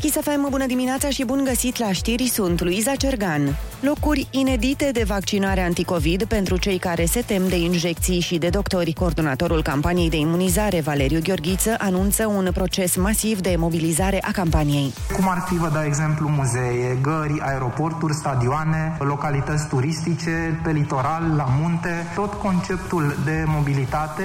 Chisafem, bună dimineața și bun găsit la știri, sunt Luiza Cergan. Locuri inedite de vaccinare anticovid pentru cei care se tem de injecții și de doctori. Coordonatorul campaniei de imunizare, Valeriu Gheorghiță, anunță un proces masiv de mobilizare a campaniei. Cum ar fi, vă dau exemplu, muzee, gări, aeroporturi, stadioane, localități turistice, pe litoral, la munte. Tot conceptul de mobilitate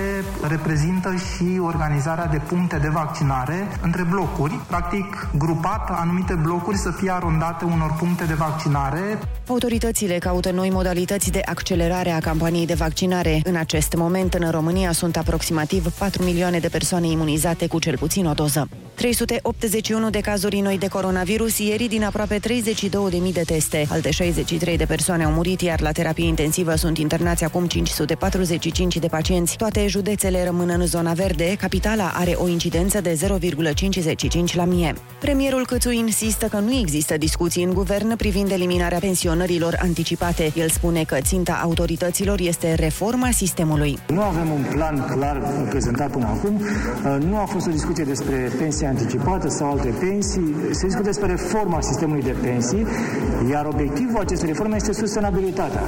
reprezintă și organizarea de puncte de vaccinare între blocuri, practic grupat anumite blocuri să fie arondate unor puncte de vaccinare. Autoritățile caută noi modalități de accelerare a campaniei de vaccinare. În acest moment, în România sunt aproximativ 4 milioane de persoane imunizate cu cel puțin o doză. 381 de cazuri noi de coronavirus ieri din aproape 32.000 de teste. Alte 63 de persoane au murit, iar la terapie intensivă sunt internați acum 545 de pacienți. Toate județele rămân în zona verde, capitala are o incidență de 0,55 la mie. Premierul Cățu insistă că nu există discuții în guvern privind eliminarea pensionărilor anticipate. El spune că ținta autorităților este reforma sistemului. Nu avem un plan clar prezentat până acum, Uh, nu a fost o discuție despre pensie anticipată sau alte pensii, se discută despre reforma sistemului de pensii, iar obiectivul acestei reforme este sustenabilitatea.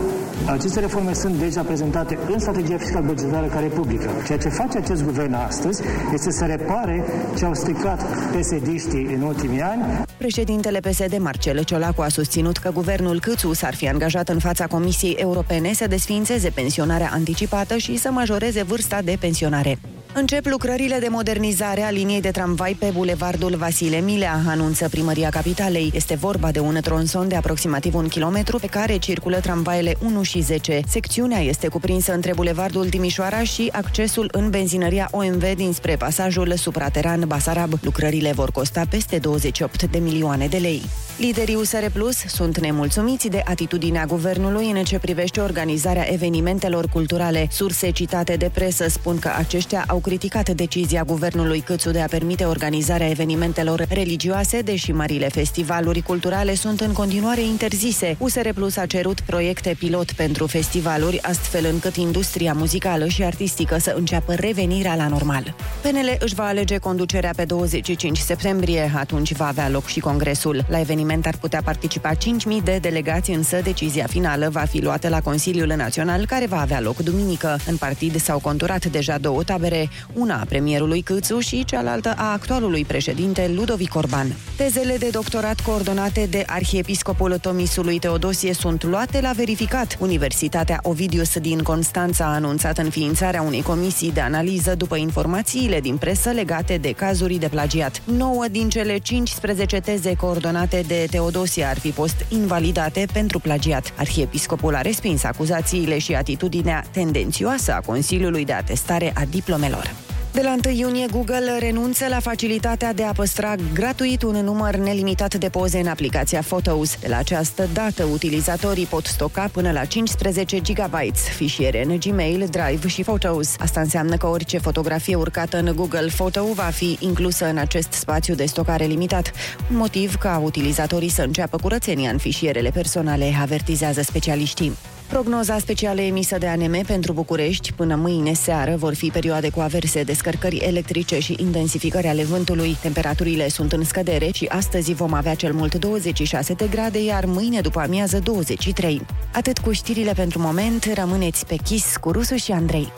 Aceste reforme sunt deja prezentate în strategia fiscal bugetară care e publică. Ceea ce face acest guvern astăzi este să repare ce au stricat psd în ultimii ani. Președintele PSD Marcel Ciolacu a susținut că guvernul Câțu s-ar fi angajat în fața Comisiei Europene să desfințeze pensionarea anticipată și să majoreze vârsta de pensionare. Încep lucrările de modernizare a liniei de tramvai pe bulevardul Vasile Milea, anunță primăria capitalei. Este vorba de un tronson de aproximativ un kilometru pe care circulă tramvaiele 1 și 10. Secțiunea este cuprinsă între bulevardul Timișoara și accesul în benzinăria OMV dinspre pasajul suprateran Basarab. Lucrările vor costa peste 28 de milioane de lei. Liderii USR Plus sunt nemulțumiți de atitudinea guvernului în ce privește organizarea evenimentelor culturale. Surse citate de presă spun că aceștia au au criticat decizia guvernului Câțu de a permite organizarea evenimentelor religioase, deși marile festivaluri culturale sunt în continuare interzise. USR Plus a cerut proiecte pilot pentru festivaluri, astfel încât industria muzicală și artistică să înceapă revenirea la normal. PNL își va alege conducerea pe 25 septembrie, atunci va avea loc și congresul. La eveniment ar putea participa 5.000 de delegați, însă decizia finală va fi luată la Consiliul Național, care va avea loc duminică. În partid s-au conturat deja două tabere, una a premierului Câțu și cealaltă a actualului președinte Ludovic Orban. Tezele de doctorat coordonate de arhiepiscopul Tomisului Teodosie sunt luate la verificat. Universitatea Ovidius din Constanța a anunțat înființarea unei comisii de analiză după informațiile din presă legate de cazuri de plagiat. 9 din cele 15 teze coordonate de Teodosie ar fi fost invalidate pentru plagiat. Arhiepiscopul a respins acuzațiile și atitudinea tendențioasă a Consiliului de Atestare a diplomelor lor. De la 1 iunie, Google renunță la facilitatea de a păstra gratuit un număr nelimitat de poze în aplicația Photos. De la această dată, utilizatorii pot stoca până la 15 GB fișiere în Gmail, Drive și Photos. Asta înseamnă că orice fotografie urcată în Google Photo va fi inclusă în acest spațiu de stocare limitat, un motiv ca utilizatorii să înceapă curățenia în fișierele personale, avertizează specialiștii. Prognoza specială emisă de ANM pentru București până mâine seară vor fi perioade cu averse, descărcări electrice și intensificări ale vântului. Temperaturile sunt în scădere și astăzi vom avea cel mult 26 de grade, iar mâine după amiază 23. Atât cu știrile pentru moment, rămâneți pe chis cu Rusu și Andrei.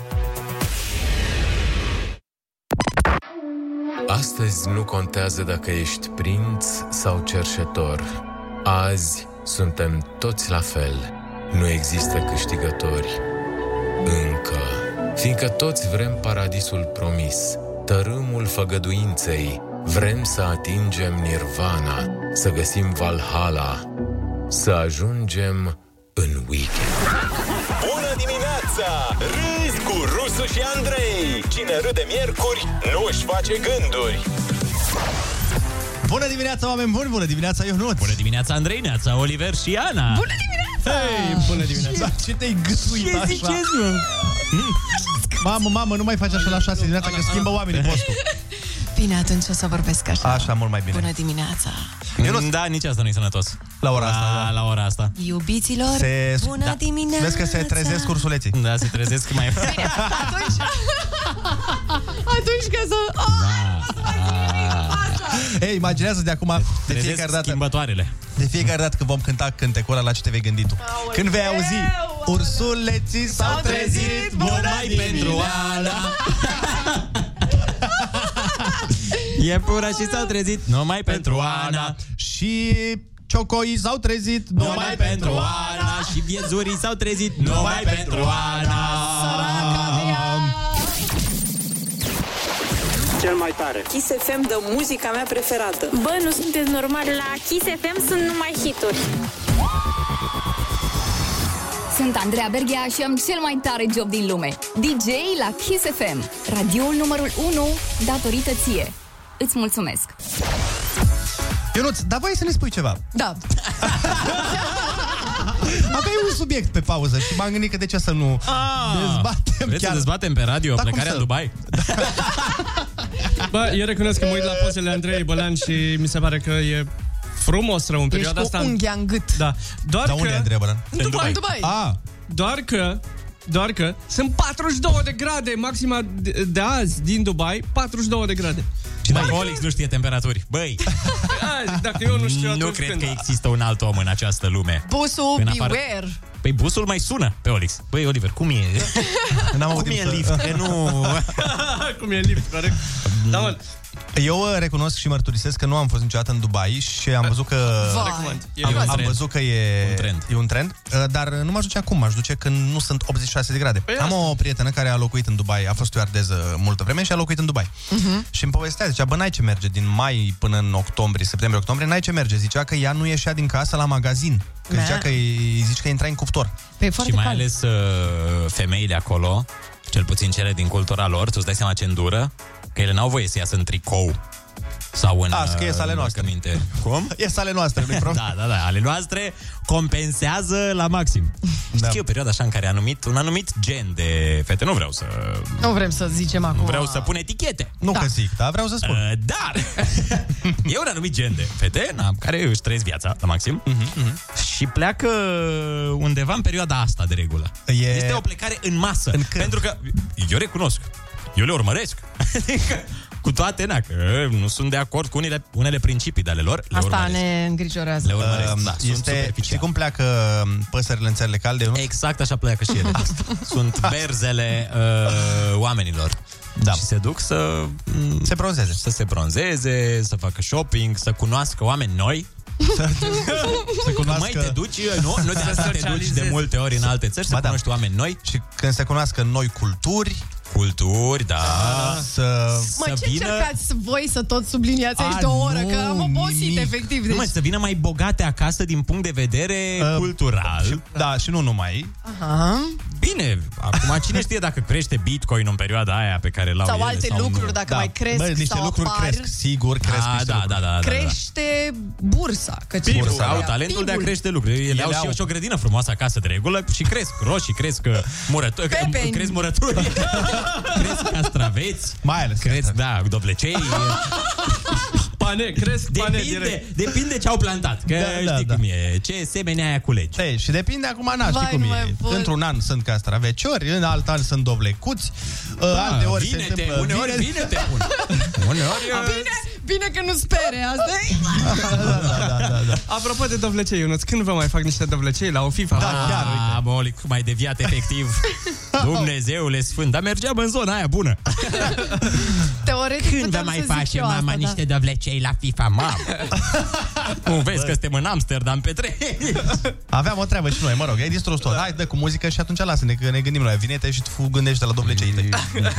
Astăzi nu contează dacă ești prinț sau cerșetor. Azi suntem toți la fel. Nu există câștigători. Încă. Fiindcă toți vrem paradisul promis, tărâmul făgăduinței, vrem să atingem nirvana, să găsim Valhalla, să ajungem în weekend. Bună dimineața! Râzi cu Rusu și Andrei! Cine râde miercuri, nu își face gânduri! Bună dimineața, oameni buni! Bună dimineața, Ionuț! Bună dimineața, Andrei, Neața, Oliver și Ana! Bună dimineața! Hei, bună dimineața! Ce, ce te-ai gâtuit ce așa? Hmm? ziceți, mă? Mamă, mamă, nu mai faci așa la 6 dimineața, că schimbă oamenii postul. Bine, atunci o să vorbesc așa. Așa, mult mai bine. Bună dimineața! Da, nici asta nu e sănătos. La ora asta, da. la ora asta. Iubiților, Se... bună da. dimineața! Vezi că se trezesc ursuleții. Da, se trezesc mai... Atunci... Atunci ca să... Ei, imaginează de acum, de Trezesc fiecare dată, schimbătoarele. de fiecare dată când vom cânta cântecul ăla, la ce te vei gândi tu. Aoleu, Când vei auzi, aoleu. ursuleții s-au S-au trezit, trezit, bună bună pentru a... ala E pura și s-au trezit Numai pentru Ana Și ciocoii s-au trezit, Numai pentru Ana Și viezurii s-au trezit Numai pentru Ana Kiss FM dă muzica mea preferată. Bă, nu sunteți normal La Kiss FM sunt numai hituri. Sunt Andreea Berghea și am cel mai tare job din lume. DJ la Kiss FM. Radioul numărul 1 datorită ție. Îți mulțumesc. Ionuț, dar voi să ne spui ceva. Da. Aveai un subiect pe pauză și m-am gândit că de ce să nu Ah, dezbatem Vreți chiar. să dezbatem pe radio Da, cum plecarea să? în Dubai? Bă, eu recunosc că mă uit la pozele Andrei Bălan și mi se pare că e frumos rău în perioada Ești cu asta. unghia în gât. Da. Doar Dar că... unde e Andreea Bălan? În Dubai. Dubai. A, Doar că... Doar că sunt 42 de grade maxima de, de azi din Dubai, 42 de grade. Și dacă Olix nu știe temperaturi Băi, Azi, dacă eu nu știu atunci nu cred când. că există un alt om în această lume Busul, În afară. Păi busul mai sună pe Olix Băi, Oliver, cum e? n-am Cum auzit e lift? E, nu... Cum e lift, corect. Da, mă, Eu uh, recunosc și mărturisesc că nu am fost niciodată în Dubai și am văzut că... recomand. E Am, un am trend. văzut că e Un trend. e un trend, uh, dar nu m-aș duce acum, m-aș duce când nu sunt 86 de grade. Păi am asta. o prietenă care a locuit în Dubai, a fost ardeză multă vreme și a locuit în Dubai. Uh-huh. Și îmi povestea, zicea, bă, n-ai ce merge din mai până în octombrie, septembrie-octombrie, n-ai ce merge. Zicea că ea nu ieșea din casă la magazin, că Da. zicea că îi zici că intrai în cuptor. Pe Și foarte mai cald. ales uh, femeile acolo, cel puțin cele din cultura lor, tu îți dai seama ce îndură, că ele n-au voie să iasă în tricou sau în A, scrie uh, să ale noastre. îmbrăcăminte. Cum? E sale noastre, nu da. Da, da, da, ale noastre compensează la maxim. Da. Știu o perioadă așa în care anumit, un anumit gen de fete, nu vreau să... Nu vrem să zicem acum. Vreau să pun etichete. Da. Nu că zic, dar vreau să spun. Uh, Dar e un anumit gen de fete na, care își trăiesc viața la maxim Mhm, și pleacă undeva în perioada asta de regulă. E- Este o plecare în masă. În pentru că eu recunosc, eu le urmăresc. Adică, cu toate, na, că nu sunt de acord cu unele, unele principii de ale lor, le Asta urmăresc. ne îngrijorează. Le urmăresc, Uh, da, sunt este, superficial. știi cum pleacă um, păsările în țările calde? nu? Exact așa pleacă și ele. sunt berzele uh, oamenilor. Da. Și se duc să mm, Se bronzeze. să se bronzeze, să facă shopping, să cunoască oameni noi. Se Nu mai te duci, nu? Nu de asta Da, te duci de socializezi. multe ori în alte țări să Ba da. cunoști oameni noi, Și când se cunoască noi culturi, culturi, da. să... Mă, să ce vină- încercați voi să tot subliniați aici A, de o oră? Ah, nu, Că am obosit, nimic. efectiv. Nu Deci, mă, să vină mai bogate acasă din punct de vedere Uh, cultural. Da, și nu numai. Da, aha. Bine, acum cine știe dacă crește Bitcoin în perioada aia pe care l-au Sau ele alte nu. lucruri, dacă da. mai cresc Bă, niște sau lucruri apar. cresc, sigur cresc Ah, niște da, da, lucruri. da, da, da. Crește bursa. Căci Pibul, Bursa, au da. talentul de a Pibul. crește lucruri. Ele, au, Ele și, au. și o grădină frumoasă acasă de regulă și cresc roșii, cresc uh, murături, Pepeni. cresc murături, cresc castraveți, Mai ales. cresc, da, dovlecei. Pane, cresc pane depinde, direct. depinde ce au plantat, că da, știi da, da. cum e, ce semenea aia culegi. Ei, Păi, și depinde acum, na, știi Vai, cum nu e. mai pot. Într-un an sunt castraveciori, în alt an sunt dovlecuți, da, alte ori se vine-te, întâmplă... uneori vineri. vine-te bun. Uneori... uh, Ah, Bine, bine că nu spere asta. Ah. Apropo de dovlecei, Ionuț, când vă mai fac niște dovlecei la o FIFA? Da, chiar, uite. Molic, cum ai deviat efectiv. Dumnezeule sfânt, dar mergeam în zona aia bună. Teoretic Când vă puteam mai să zic face eu mama asta, da. niște dovlecei la FIFA, mamă? Cum vezi că suntem în Amsterdam pe trei? ă. Aveam o treabă și noi, mă rog, ai distrus Da. tot. Hai, dă cu muzică și atunci lasă-ne, că ne gândim la vinete și tu gândește la dovlecei tăi. Mm, da,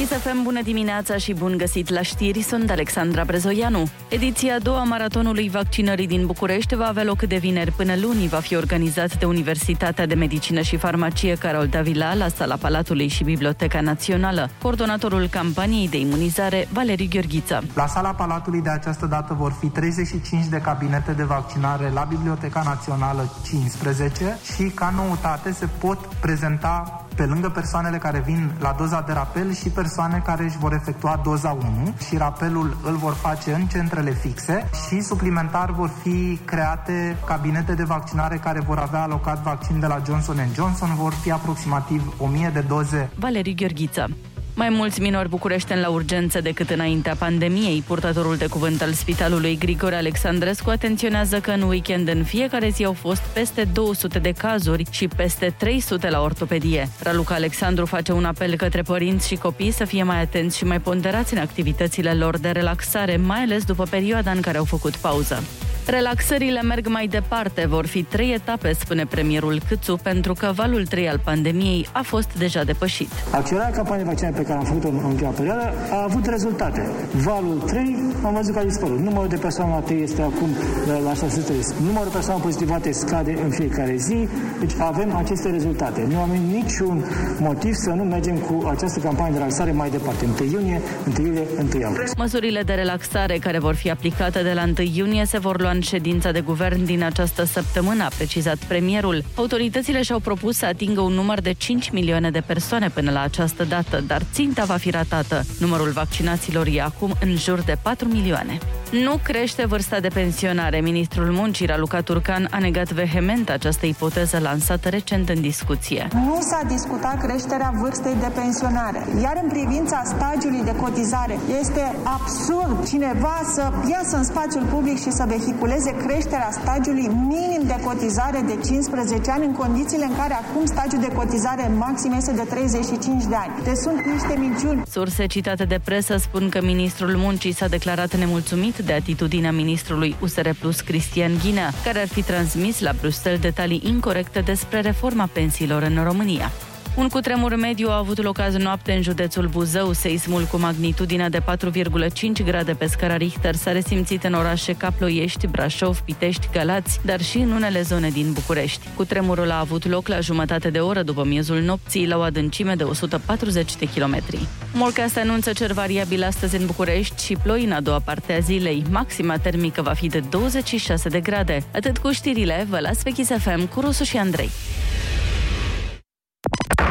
Chisafem, bună dimineața și bun găsit la știri, sunt Alexandra Brezoianu. Ediția a doua a maratonului vaccinării din București va avea loc de vineri până luni. Va fi organizat de Universitatea de Medicină și Farmacie Carol Davila la Sala Palatului și Biblioteca Națională. Coordonatorul campaniei de imunizare, Valeriu Gheorghiță. La sala Palatului de această dată vor fi 35 de cabinete de vaccinare la Biblioteca Națională 15 și ca noutate se pot prezenta pe lângă persoanele care vin la doza de rapel și persoane care își vor efectua doza 1 și rapelul îl vor face în centrele fixe și suplimentar vor fi create cabinete de vaccinare care vor avea alocat vaccin de la Johnson Johnson, vor fi aproximativ 1000 de doze Valeriu Gheorghiță. Mai mulți minori bucureșteni la urgență decât înaintea pandemiei. Purtătorul de cuvânt al Spitalului Grigore Alexandrescu atenționează că în weekend în fiecare zi au fost peste 200 de cazuri și peste 300 la ortopedie. Raluca Alexandru face un apel către părinți și copii să fie mai atenți și mai ponderați în activitățile lor de relaxare, mai ales după perioada în care au făcut pauză. Relaxările merg mai departe, vor fi trei etape, spune premierul Câțu, pentru că valul 3 al pandemiei a fost deja depășit. Accelerarea campaniei vaccinale pe care am făcut-o în ultima perioadă a avut rezultate. Valul 3 am văzut că a dispărut. Numărul de persoane la 3 este acum uh, la 600. Numărul de persoane pozitivate scade în fiecare zi. Deci avem aceste rezultate. Nu avem niciun motiv să nu mergem cu această campanie de relaxare mai departe. 1 iunie, 1 iulie, 1 august. Măsurile de relaxare care vor fi aplicate de la 1 iunie se vor lua în ședința de guvern din această săptămână, a precizat premierul. Autoritățile și-au propus să atingă un număr de 5 milioane de persoane până la această dată, dar ținta va fi ratată. Numărul vaccinaților e acum în jur de 4 milioane. Nu crește vârsta de pensionare. Ministrul Muncii, Raluca Turcan, a negat vehement această ipoteză lansată recent în discuție. Nu s-a discutat creșterea vârstei de pensionare. Iar în privința stagiului de cotizare, este absurd cineva să iasă în spațiul public și să vehiculeze creșterea stagiului minim de cotizare de 15 ani în condițiile în care acum stagiul de cotizare maxim este de 35 de ani. Deci sunt niște minciuni. Surse citate de presă spun că ministrul muncii s-a declarat nemulțumit de atitudinea ministrului USR Plus Cristian Ghinea, care ar fi transmis la Bruxelles detalii incorrecte despre reforma pensiilor în România. Un cutremur mediu a avut loc azi noapte în județul Buzău. Seismul cu magnitudinea de 4,5 grade pe scara Richter s-a resimțit în orașe ca Ploiești, Brașov, Pitești, Galați, dar și în unele zone din București. Cutremurul a avut loc la jumătate de oră după miezul nopții, la o adâncime de 140 de kilometri. Morcast anunță cer variabil astăzi în București și ploi în a doua parte a zilei. Maxima termică va fi de 26 de grade. Atât cu știrile, vă las pe Kiss FM cu Rusu și Andrei.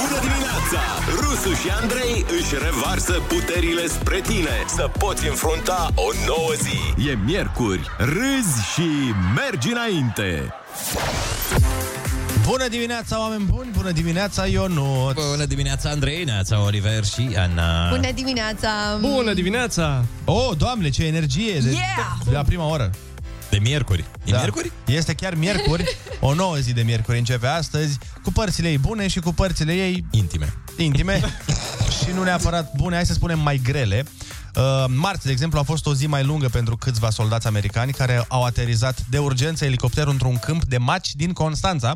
Bună dimineața! Rusu și Andrei își revarsă puterile spre tine să poți înfrunta o nouă zi. E miercuri, râzi și mergi înainte. Bună dimineața, oameni buni! Bună dimineața, Ionut! Bună dimineața, Andrei, neața, Oliver și Ana. Bună dimineața! dimineața! Oh, doamne, ce energie! De, Yeah! de la prima oră. De miercuri. E miercuri? Este chiar miercuri. O nouă zi de miercuri începe astăzi cu părțile ei bune și cu părțile ei... Intime. Intime și nu neapărat bune, hai să spunem mai grele. Uh, Marți, de exemplu, a fost o zi mai lungă pentru câțiva soldați americani care au aterizat de urgență elicopterul într-un câmp de maci din Constanța.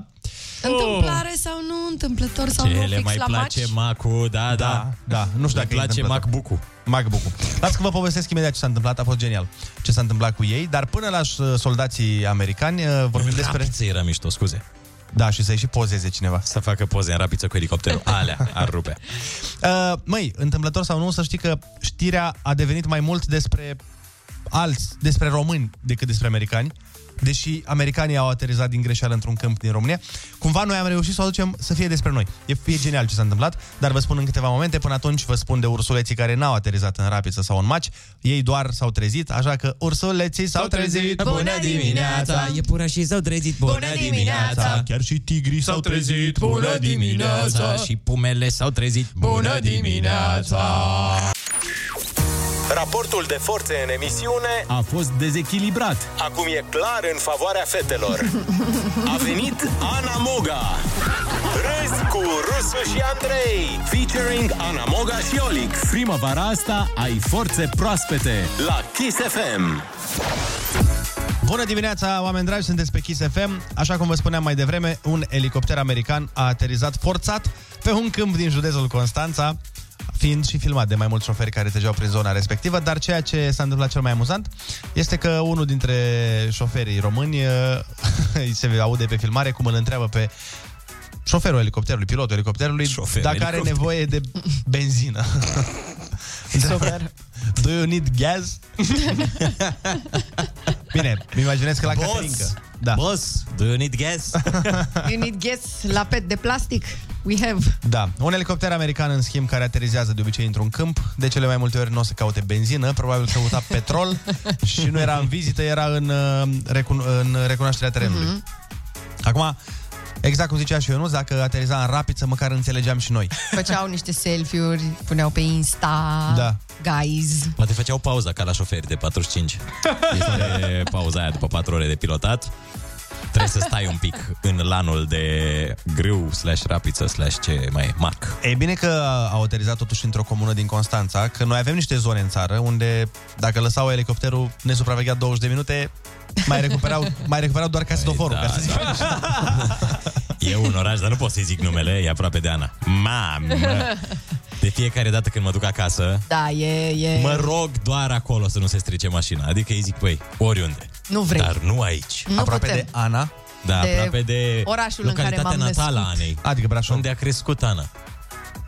Oh. Întâmplare sau nu, întâmplător sau nu, Ce le fix mai la place maci? Macu, da, da. da. Da, nu știu dacă Îi place MacBook-ul. MacBook-ul. Las că vă povestesc imediat ce s-a întâmplat, a fost genial ce s-a întâmplat cu ei, dar până la uh, soldații americani uh, Da. vorbim despre... Rapiță era mișto, scuze. Da, și să-i și pozeze cineva. Să facă poze în rapiță cu elicopterul. Alea, ar rupe. Uh, măi, întâmplător sau nu, să știi că știrea a devenit mai mult despre alți, despre români decât despre americani, deși americanii au aterizat din greșeală într-un câmp din România. Cumva noi am reușit să o aducem să fie despre noi. E, e genial ce s-a întâmplat, dar vă spun în câteva momente. Până atunci vă spun de ursuleții care n-au aterizat în rapiță sau în maci. Ei doar s-au trezit, așa că ursuleții s-au trezit. Iepurașii s-au trezit, bună dimineața! Chiar și tigrii s-au trezit, bună dimineața! Și pumele s-au trezit, bună dimineața! Raportul de forțe în emisiune A fost dezechilibrat. acum e clar în favoarea fetelor. A venit Ana Moga. Râzi cu Rusu și Andrei, featuring Ana Moga și Olix Primăvara asta ai forțe proaspete. la Kiss FM. Bună dimineața, oameni dragi, sunteți pe Kiss FM. Așa cum vă spuneam mai devreme, un elicopter american a aterizat forțat pe un câmp din județul Constanța, fiind și filmat de mai mulți șoferi care treceau prin zona respectivă, dar ceea ce s-a întâmplat cel mai amuzant este că unul dintre șoferii români uh, îi se aude pe filmare cum îl întreabă pe șoferul helicopterului, pilotul helicopterului, Șoferul dacă are helicopterului. nevoie de benzină. Întreabă, Do you need gas? Bine, îmi imaginez că la Boss! Caterinca. Da. Boss, do you need gas? You need gas la pet de plastic. We have. Da, un helicopter american, în schimb, care aterizează de obicei într-un câmp, de cele mai multe ori nu o să caute benzină, probabil că căuta petrol și nu era în vizită, era în, uh, recun- în recunoașterea terenului. Acum, exact cum zicea și Ionuț, dacă ateriza în rapiță, măcar înțelegeam și noi. Făceau niște selfie-uri, puneau pe Insta. Da. Guys. Poate făceau pauza ca la șoferi de 45. Este pauza aia după 4 ore de pilotat. Trebuie să stai un pic în lanul de grâu slash rapiță slash ce mai e, mac. E bine că au aterizat totuși într-o comună din Constanța, că noi avem niște zone în țară unde dacă lăsau helicopterul nesupravegheat 20 de minute, mai recuperau, mai recuperau doar casetoforul. Da, ca să zic. E un oraș, dar nu pot să-i zic numele, e aproape de Ana. Mamă! De fiecare dată când mă duc acasă, Da, e... e... mă rog doar acolo să nu se strice mașina. Adică îi zic, păi, oriunde. Nu vrei. Dar nu aici. Nu Aproape putem. de Ana. Da, De aproape de orașul în care localitatea m-am născut. natală a Anei. Adică Brașov. Unde a crescut Ana.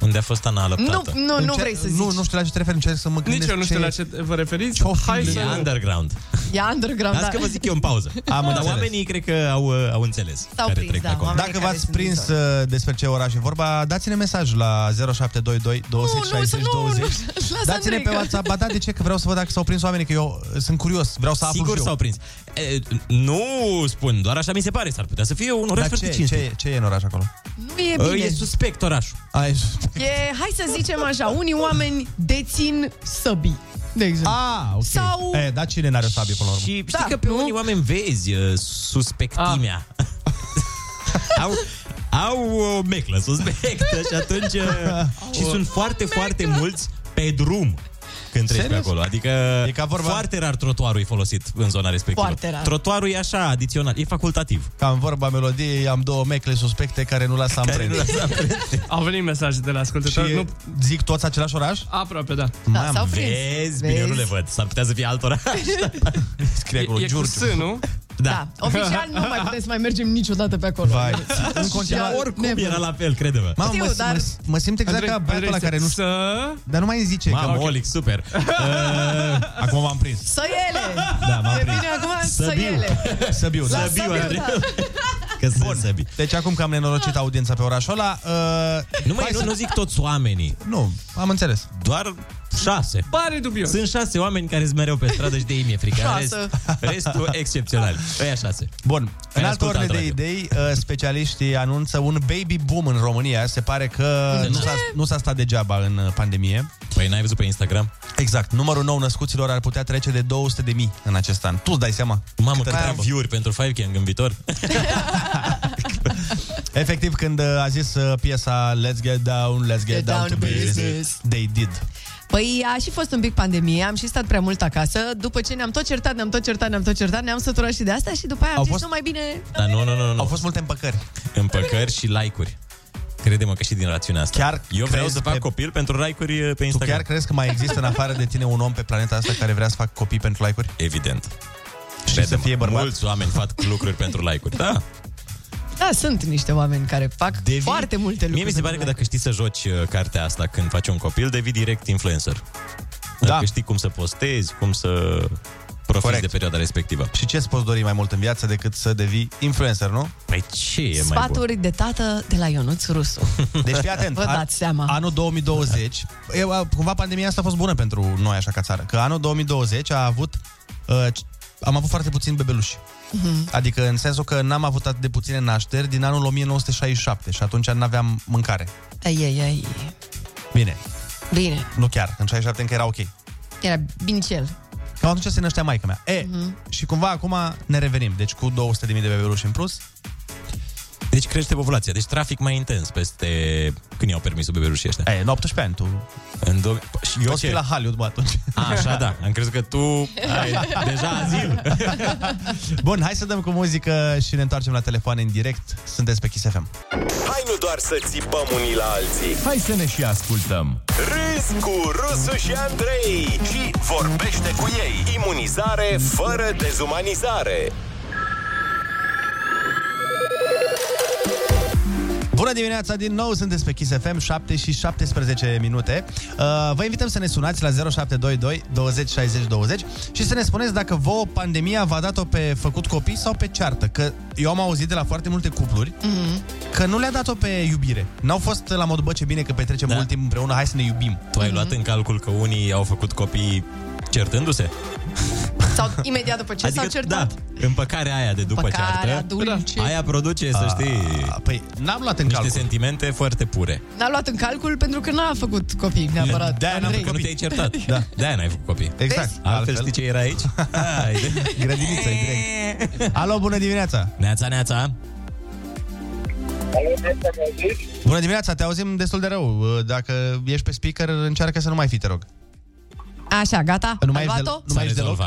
Unde a fost Ana alăptată. Nu, nu, nu Încerc- vrei să zici. Nu, nu știu la ce te referi, încerc să mă gândesc Nici eu nu știu la ce vă referiți. Hai E să... underground. E underground, da. Las că vă zic eu în pauză. Am Dar înțeles. oamenii cred că au, uh, au înțeles. S-au prins, da, oamenii Dacă care v-ați sunt prins din uh, despre ce oraș e vorba, dați-ne mesaj la 0722 260 nu, nu, 20. lasă Dați-ne Andrei pe că- WhatsApp, ba da, de ce? Că vreau să văd dacă s-au prins oamenii, că eu uh, sunt curios, vreau să aflu Sigur și eu. s-au prins. E, nu spun, doar așa mi se pare. S-ar putea să fie un oraș Dar ce, foarte ce, cinstit. Ă, e- ce e în oraș acolo? Nu e bine. E suspect orașul. A, e... E, hai să zicem așa, unii oameni dețin săbii, de exemplu. Ah, A, ok. Sau... Eh. E, da, cine n-are o sabie până la urmă? Și știi Da, că pe nu? Ah. unii oameni vezi uh, suspectimea. au, au o meclă suspectă și atunci... Uh, și sunt foarte, foarte mulți pe drum când treci pe Serios? acolo. Adică E ca vorba- foarte rar trotuarul e folosit în zona respectivă. Foarte rar. Trotuarul e așa, adițional, e facultativ. Ca în vorba melodiei, am două mecle suspecte care nu lasă Care nu amprente. lasă Au venit mesaje de la Și ascultători. Nu... zic toți același oraș? Aproape, da. Da, s-au prins. Vezi? Bine, eu nu le văd. S-ar putea să fie alt oraș. Scrie E, acolo, e cu S, Giurgiu. nu? Da. Oficial nu mai putem să mai mergem niciodată pe acolo. Vai, în Și continuare... oricum Cum era la fel, crede-mă. Mamă, Știu, mă, dar- mă, mă simt exact ca băiatul ăla care nu... Să... Dar nu mai zice că... Mamă, Olic, super. Uh, Acum m-am prins. Să ele! Da, m-am e prins. bine acum să, Săbiu. ele. Să biu, da. Săbiu, Săbiu, Andrei. da. Că sunt săbi. Deci acum că am nenorocit audiența pe orașul ăla... Uh, Nu, mai, hai nu, să- nu zic toți oamenii, Nu, am înțeles. doar șase. Pare dubios. Sunt șase oameni care sunt mereu pe stradă și de ei mi-e frică. În Rest, Șase. restul excepțional. Ăia șase. Bun, în altă ascultat ordine de radio. idei, uh, specialiștii anunță un baby boom în România. Se pare că nu s-a, nu s-a stat degeaba în uh, pandemie. Păi n-ai văzut pe Instagram? Exact, numărul nou născuților ar putea trece de 200 de mii în acest an. Tu îți dai seama? Mamă, Câtă câte treabă. view-uri pentru Five Gang în viitor. Efectiv, când uh, a zis uh, piesa Let's Get Down, Let's Get, Get down, down to to business. business. they did. Păi a și fost un pic pandemie, am și stat prea mult acasă. După ce ne-am tot certat, ne-am tot certat, ne-am tot certat, ne-am săturat și de asta și după aia Au am zis, fost- nu mai bine... Dar Da, nu, nu, nu, nu. Au nu. fost multe împăcări. Împăcări și like-uri. Crede-mă că și din rațiunea asta. Chiar Eu vreau crezi să fac că- copil pentru like-uri uh, pe Tu Instagram. chiar crezi că mai există în afară de tine un om pe planeta asta care vrea să facă copii pentru like-uri? Evident. Și să Crede-mă, fie bărbat. Mulți oameni fac lucruri pentru like-uri. Da. Da, sunt niște oameni care fac Devii- foarte multe lucruri. Mie mi se pare că pentru dacă știi să joci uh, cartea asta când faci un copil, devii direct influencer. Da. Dacă știi cum să postezi, cum să profiți Corect. de perioada respectivă. Și ce-ți poți dori mai mult în viață decât să devii influencer, nu? Păi ce e mai bun? Sfaturi de tată de la Ionuț Rusu. Deci fii atent. Vă dați seama. Anul 2020, eu, a, cumva pandemia asta a fost bună pentru noi așa ca țară, că anul 2020 a avut, uh, c- am avut foarte puțini bebeluși. Mhm. Adică în sensul că n-am avut atât de puține nașteri din anul 1967 și atunci n-aveam mâncare. Ai, ai, ai. Bine, Bine, nu chiar, în 67 încă era ok. era binicel. Cam atunci se năștea maica Mhm. mea. E, și cumva acum ne revenim. Deci cu 200.000 de bebeluși în plus, Deci crește populația, deci trafic mai intens peste când i-au permis bebelușii ăștia. E, în 18 ani tu. În do- și eu Poți fi ce? la Hollywood, bă, atunci. A, așa, da. Am crezut că tu ai deja azil. Bun, hai să dăm cu muzică și ne întoarcem la telefoane în direct. Sunteți pe Kiss FM. Hai nu doar să țipăm unii la alții Hai să ne și ascultăm. Râzi cu Rusu și Andrei Și vorbește cu ei Imunizare fără dezumanizare Bună dimineața din nou, sunteți pe Kiss FM, 7 și 17 minute. Uh, vă invităm să ne sunați la 0722 20 60 20 și să ne spuneți dacă vouă pandemia v-a dat-o pe făcut copii sau pe ceartă. Că eu am auzit de la foarte multe cupluri Mhm. că nu le-a dat-o pe iubire. N-au fost la modul, bă, ce bine că petrecem da. mult timp împreună, hai să ne iubim. Tu ai luat în calcul că unii au făcut copii certându-se? Sau imediat după ce Adică, s-au certat. da, împăcarea aia de după Împăcarea ceartă, Da. dulce. aia produce, să A, știi... păi, n-am luat în niște calcul. sentimente foarte pure. N-a luat în calcul pentru că n-a făcut copii Da, neapărat. De-aia n-am Andrei. făcut, nu te-ai certat. Da. De-aia n-ai făcut copii. Exact. Altfel, știi ce era aici? Grădiniță, direct. Alo, bună dimineața! Neața, neața! Bună dimineața, te auzim destul de rău. Uh, Dacă ești pe speaker, încearcă să nu mai fii, te rog. Așa, gata? Păi Nu mai Ai ești luat-o? nu mai ești deloc.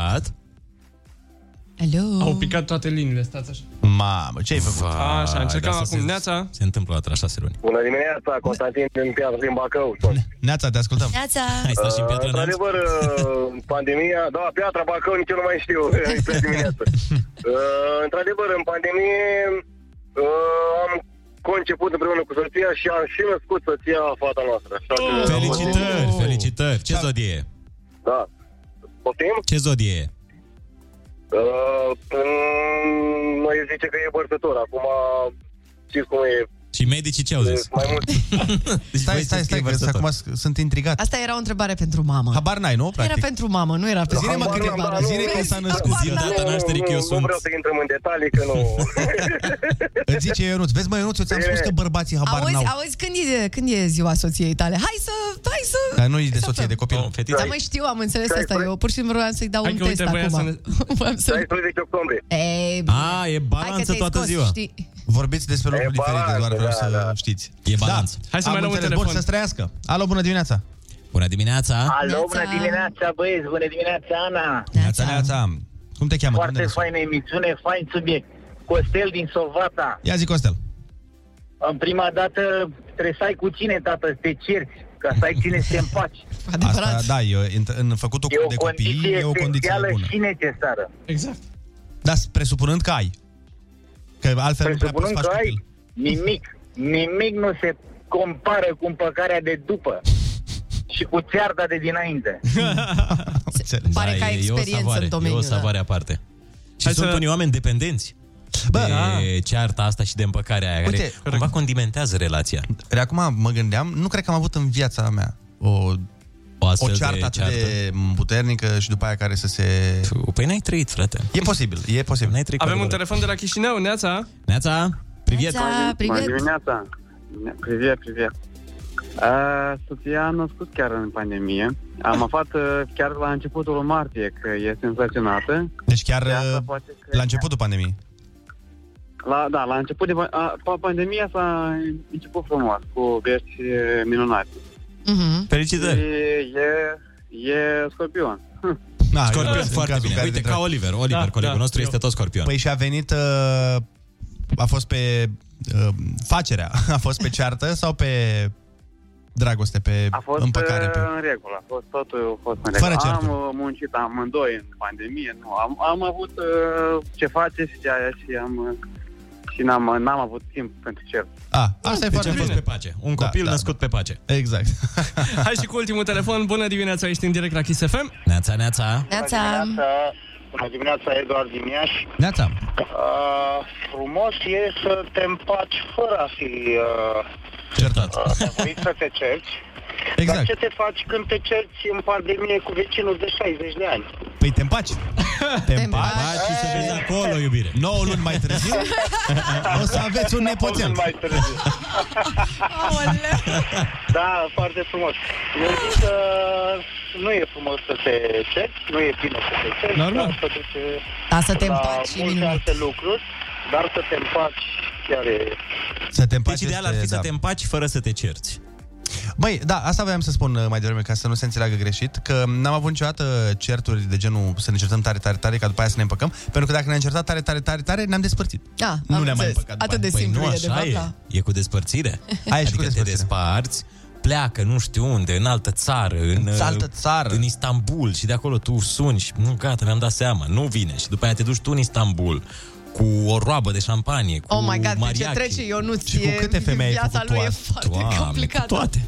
Hello. Au picat toate liniile, stați așa. Mamă, ce ai făcut? A, așa, încercam acum. Neața. Se întâmplă la 6 luni. Bună dimineața, Constantin din Piatra din Bacău. sunt. Neața, te ascultăm. Neața. Ai stat și în piatră, Uh, Neața? Într-adevăr, uh, pandemia, da, Piatra Bacău, nici eu nu mai știu, pe dimineață. Uh, Într-adevăr, în pandemie uh, am conceput împreună cu soția și am și născut soția fata noastră. Așa că, Oh, Felicitări, Oh. felicitări. Ce zodie e? Da. Poftim? Ce zodie e? Uh, în- Mă zice că e bărsător. Acum, știți cum e, Și medicii ce au zis? mai mult Stai, stai, stai, că acum s- sunt intrigat. Asta era o întrebare pentru mamă. Habar n-ai, nu? Era Practic. pentru mamă, nu era pentru Zine-mă câte- întrebare. zine Vezi? când s-a născut, Habar zi n-am. data nașterii că eu nu sunt... vreau să intrăm în detalii, că nu... Îți zice Ionuț, vezi mă Ionuț, eu ți-am spus că bărbații habar Auzi, n-au. auzi când, e, când e ziua soției tale? Hai să... Hai să... Dar nu e de soție, de copil. Da, mă știu, am înțeles asta. Eu pur și simplu vreau să-i dau Hai un că test uite, voia să acum. Voiam să- 16 octombrie. Ei, bine. A, e Hai că balanță te-ai toată scos, ziua. Știi? Vorbiți despre lucruri diferite, doar vreau să știți. Da. E balanță. Hai să Am mai luăm un înțeles. Bun, telefon. să trăiască. Alo, bună dimineața! Bună dimineața! Alo, bună dimineața, băieți, bună dimineața, Ana. Neața, neața! Cum te cheamă? De unde Foarte ne suni? faină emisiune, fain subiect. Costel din Sovata. Ia zi, Costel. În prima dată trebuie să ai cu cine, tată, să te cerți, ca să ai cine să te împaci. Asta, da, e, în, în făcutul E o de copii condiție e o condiție esențială bună. și necesară. Exact. Dar presupunând că ai. Că altfel nu prea poți Presupunând să că faci ai copil. nimic, nimic nu se compară cu împăcarea de după și cu țearda de dinainte. Înțeles. Pare Da, că ai e- e experiență o savoare, în domeniu, E o da. savoare aparte. Și Hai sunt să- unii oameni dependenți. Bă, de cearta asta și de împăcarea aia, da. Uite, care cumva condimentează relația. Re- Acum mă gândeam, nu cred că am avut în viața mea o, O astfel o ceartă de atât ceartă. de puternică și după aia care să se... Păi n-ai trăit, frate. E posibil, e posibil. N-ai trăit cu Avem un adevărat. telefon de la Chișinău, Neața. Neața! Privet! Neața, Bună privet. dimineața! Privet, privet! Uh, soția a născut chiar în pandemie. Am aflat uh, chiar la începutul lui martie că este senzaționată. Deci chiar De asta uh, poate că- la începutul pandemiei. La, da, la început de pa- a, pa- pandemia s-a început frumos, cu vești uh, minunate. Mhm. Felicitări! Și e, e scorpion. Na, Scorpion, în foarte cazul bine. care Uite, dintre- ca Oliver. Oliver, Da, colegul da, nostru, eu. este tot scorpion. Păi și a venit... Uh, a fost pe uh, facerea, a fost pe ceartă sau pe dragoste, pe A fost împăcare? uh, Pe... în regulă, a fost totul a fost în Fără regulă. am certuri. uh, muncit amândoi în pandemie, nu, am, am avut uh, ce face și de aia și am... uh, și n-am, uh, n-am avut timp pentru cert. A, asta e Deci foarte am fost bine. pe pace. Un Da, copil da, născut pe pace. Exact. Hai și cu ultimul telefon. Bună dimineața, ești în direct la Kiss FM. Neața, neața! Neața. Bună dimineața, Eduard din Iași. Neața. Uh, frumos e să te împaci fără a fi uh, Certat. uh, nevoit să te cerci. Exact. Dar ce te faci când te cerci în pandemie cu vecinul de 60 de ani? Păi te împaci. Te împaci. Paci și să vezi acolo, iubire. 9 luni mai târziu o să aveți un nepoțel. Unul mai târziu. da, foarte frumos. Eu zic că nu e frumos să te cerci, nu e bine să te cerci, Normal. dar să duce Da, să te la împaci și multe minunat. alte lucruri, dar să te împaci chiar e... Să te împaci Deci ideal ar fi este- să da. te împaci fără să te cerți. Băi, da, asta voiam să spun uh, mai devreme ca să nu se înțeleagă greșit, că n-am avut niciodată certuri de genul să ne certăm tare, tare, tare, ca după aia să ne împăcăm, pentru că dacă ne-am certat tare, tare, tare, tare, ne-am despărțit. Da, am nu ne-am mai înțeles. împăcat. după Atât aia. de Păi simplu nu, e, așa de fapt, e. da. E cu despărțire. Aia adică te desparți, pleacă, nu știu unde, în altă țară, în, În altă țară. în Istanbul și de acolo tu suni și nu, gata, mi-am dat seama, nu vine. Și după aia te duci tu în Istanbul cu o roabă de șampanie, cu Oh my God, pe ce mariachi. trece Ionuț și e, Viața lui e foarte Doamne, cu complicată. toate.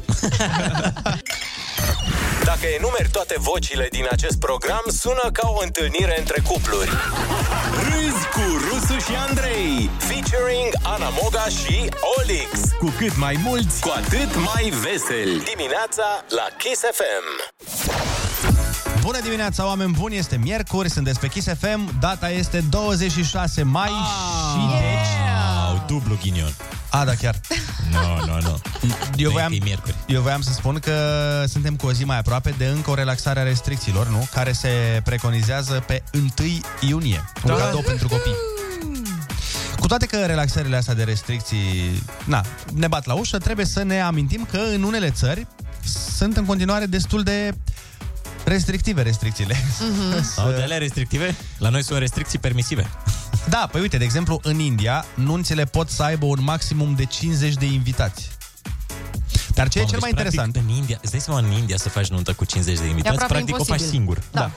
Dacă enumeri toate vocile din acest program, sună ca o întâlnire între cupluri. Râzi cu Rusu și Andrei, featuring Ana Moga și Olix. Cu cât mai mulți, cu atât mai veseli. Dimineața la Kiss FM. Bună dimineața, oameni buni! Este miercuri, sunteți pe Kiss FM, data este 26 mai și deci... Ah. Au dublu ghinion. A, da, chiar. Nu, nu, nu. Eu voiam, eu voiam să spun că suntem cu o zi mai aproape de încă o relaxare a restricțiilor, nu? Care se preconizează pe 1 iunie. Un Da. cadou pentru copii. Cu toate că relaxările astea de restricții na, ne bat la ușă, trebuie să ne amintim că în unele țări sunt în continuare destul de restrictive restricțiile. Mhm. Au de alea restrictive? La noi sunt restricții permisive. Da, păi uite, de exemplu, în India, nunțile pot să aibă un maximum de 50 de invitați. Dar ce e Mamă, cel mai deci, practic, interesant? În India, îți dai seama, în India să faci nuntă cu 50 de invitați, aproape practic o faci imposibil. singur. Da.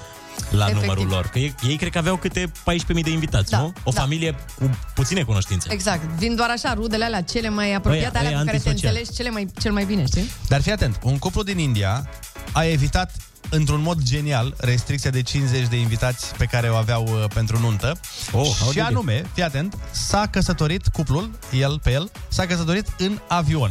La Efectiv. numărul lor. Că ei, ei cred că aveau câte 14.000 de invitați, Da, nu? O da. familie cu puține cunoștințe. Exact. Vin doar așa rudele alea cele mai apropiate, Ăia- alea ăia cu care te antisocial. înțelegi cele mai, cel mai bine, știi? Dar fii atent, un cuplu din India a evitat într-un mod genial restricția de 50 de invitați pe care o aveau uh, pentru nuntă. Oh, how did și it? anume, fii atent, s-a căsătorit cuplul, el pe el, s-a căsătorit în avion.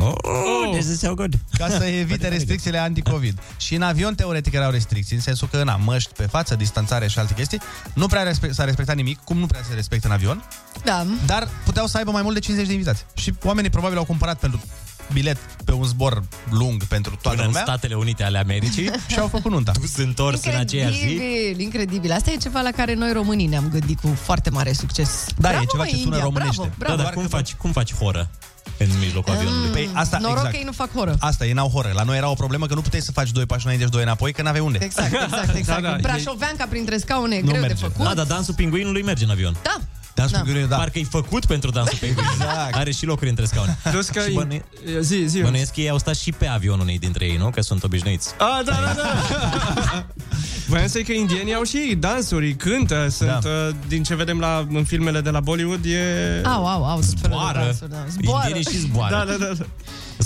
Oh, this is so good. Adică, Ca să evite restricțiile anti-covid. Și în avion, teoretic, erau restricții, în sensul că, na, măști pe față, distanțare și alte chestii. Nu prea respe- s-a respectat nimic, cum nu prea se respectă în avion. Da. Dar puteau să aibă mai mult de 50 de invitați. Și oamenii probabil au cumpărat pentru bilet pe un zbor lung pentru toată Până în lumea. Statele Unite ale Americii. și au făcut nunta. Tu întors în aceeași zi. Incredibil, incredibil. Asta e ceva la care noi românii ne-am gândit cu foarte mare succes. Da, bravo, e ceva mă, ce sună India, românește. Bravo, bravo. Ah. Da, dar cum faci, cum faci horă în mijlocul avionului? Păi asta, Noroc exact. că ei nu fac horă. Asta, ei n-au horă. La noi era o problemă că nu puteai să faci doi pași înainte și doi înapoi, că n-aveai unde. Exact, exact, exact. Da, da, Deci, Brașoveanca printre scaune e greu de făcut. Da, dar dansul pinguinului merge în avion. Da. Dansul Da. pinguinului, da. Parcă e făcut pentru dansul pinguinului. Exact. Are și locuri între scaune. Plus că și e- bănui... zi, zi. bănuiesc că ei au stat și pe avionul unei dintre ei, nu? Că sunt obișnuiți. A, da, da, da. Voiam să zic că indienii au și ei dansuri, cântă, sunt, da. din ce vedem la, în filmele de la Bollywood, e... da. Au, au, au. tot felul de Zboară. dansuri, da. Zboară. Indienii și zboară. Da, da, da. da.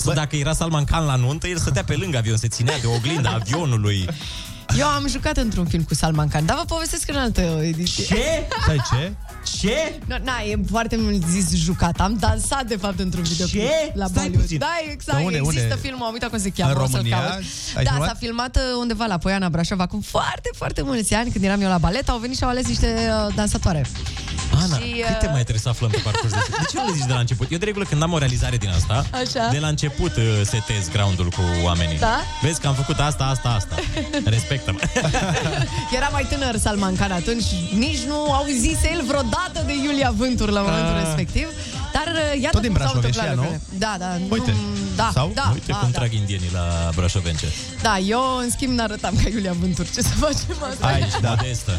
Bă. Dacă era Salman Khan la nuntă, el stătea pe lângă avion, se ținea de oglinda avionului. Eu am jucat într-un film cu Salman Khan, dar vă povestesc în altă ediție. Ce? Stai, ce? Ce? No, na, e foarte mult zis jucat. Am dansat, de fapt, într-un videoclip Ce? la Stai Bollywood. puțin. Da, exact. Dar unde, Există unde? filmul, am uitat cum se cheamă. În o să-l România? caut. Ai Da, filmat? s-a filmat uh, undeva la Poiana Brașov, acum foarte, foarte mulți ani, când eram eu la balet, au venit și au ales niște uh, dansatoare. Ana, Și, și, uh, câte mai trebuie să aflăm pe parcurs de zi? De ce nu le zici de la început? Eu, de regulă, când am o realizare din asta, Așa. de la început uh, setez ground-ul cu oamenii. Da? Vezi că am făcut asta, asta, asta. Respectă-mă. Era mai tânăr Salman Khan atunci, nici nu auzise el vreodată de Iulia Vânturi la momentul Ah. respectiv, dar uh, iată Tot din cum s-au Brașov e și întâmplat ea, nu? lucrurile. Da, da. nu- Uite. da, da, Uite da, cum da. trag indienii la brașovence. Da, eu, în schimb, n-arătam ca Iulia Vânturi. Ce să facem asta? Deci, Aici, da. Modestă.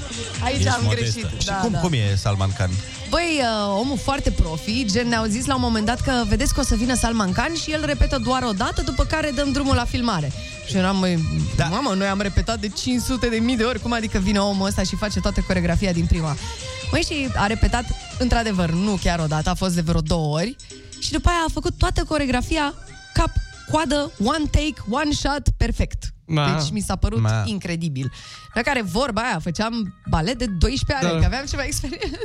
Aici Ești am modestă. greșit, Și da, cum, da. cum e Salman Khan? Băi, uh, omul foarte profi, gen ne-au zis la un moment dat că vedeți că o să vină Salman Khan și el repetă doar o dată, după care dăm drumul la filmare. Și eram, măi, da. mamă, noi am repetat de 500 de mii de ori, cum adică vine omul ăsta și face toată coregrafia din prima. Măi, și a repetat, într-adevăr, nu chiar o dată, a fost de vreo două ori și după aia a făcut toată coregrafia cap, coadă, one take, one shot, perfect. Ma. Deci mi s-a părut Ma. incredibil. La care vorba aia, făceam balet de 12 ani, Da. că aveam ceva experiență.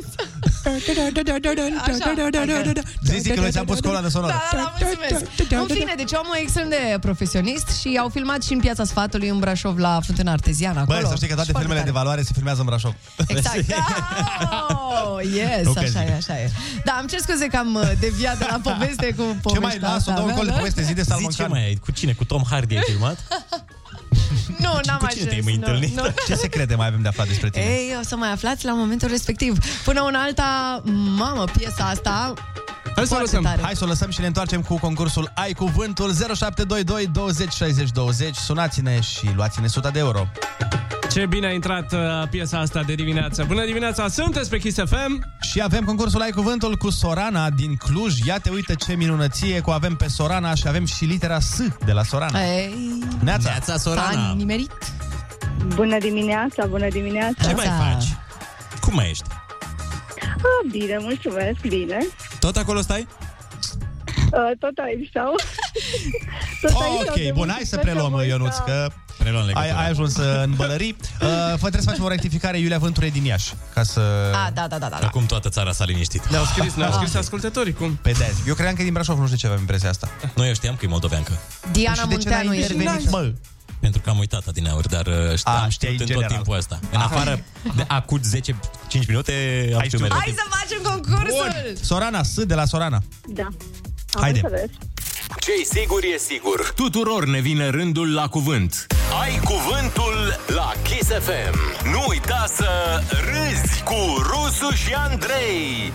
Zi, zi că noi ți-am pus coloană sonoră. Da, da, da, mulțumesc. În fine, deci omul e extrem de profesionist și au filmat și în Piața Sfatului, în Brașov, la Fântâna Arteziană, acolo. Bă, să știi că toate Și foarte filmele de valoare se filmează în Brașov. Exact, tare. Oh, yes, Ok, așa zic. e, așa e. Da, am cer scuze că am uh, deviat de la poveste cu povestea mai? Lasă, asta dă un mea, gol de da? poveste, zi de Salman Zi ce mai ai? Cu cine? Cu Tom Hardy ai filmat? Nu, Nu, n-am Cu cine ajuns, te-ai mai nu, întâlnit? nu. Ce secrete mai avem de aflat despre tine? Ei, o să mai aflați la momentul respectiv. Până una alta, mamă, piesa asta... Hai să, o foarte lăsăm. Tare. Hai să o lăsăm și ne întoarcem cu concursul Ai Cuvântul 0722 20 60 20. Sunați-ne și luați-ne 100 de euro. Ce bine a intrat uh, piesa asta de dimineață. Bună dimineața, sunteți pe Kiss FM. Și avem concursul Ai Cuvântul cu Sorana din Cluj. Ia te uite ce minunăție cu avem pe Sorana și avem și litera S de la Sorana. Ei, Neața. S-a nimerit. Bună dimineața, bună dimineața. Ce mai Da. faci? Cum mai ești? Ah, bine, mulțumesc, bine. Tot acolo stai? Uh, tot aici stau. tot Ok, bun, hai să preluăm, Ionuț, că Preluăm ai, ai ajuns uh, în bălării. Uh, vă trebuie să facem o rectificare Iulia Vânture din Iași, ca să... A, da, da, da, da. da. Acum toată țara s-a liniștit. Ne-au scris, ne-au scris ascultătorii, cum? Pe de Eu cream că e din Brașov, nu știu de ce aveam impresia asta. Noi eu știam că e moldoveancă. Diana Și de ce n-ai Munteanu e intervenit, mă? Pentru că am uitat adineauri, dar uh, știam, A, știai în tot general. timpul ăsta. În afară, de acut 10-5 minute, am știut mereu. Hai să facem concursul! Sorana, S de la Sorana. Da. Am Haide. Ce-i sigur e sigur. Tuturor ne vine rândul la cuvânt. Ai cuvântul la Kiss FM. Nu uita să râzi cu Rusu și Andrei.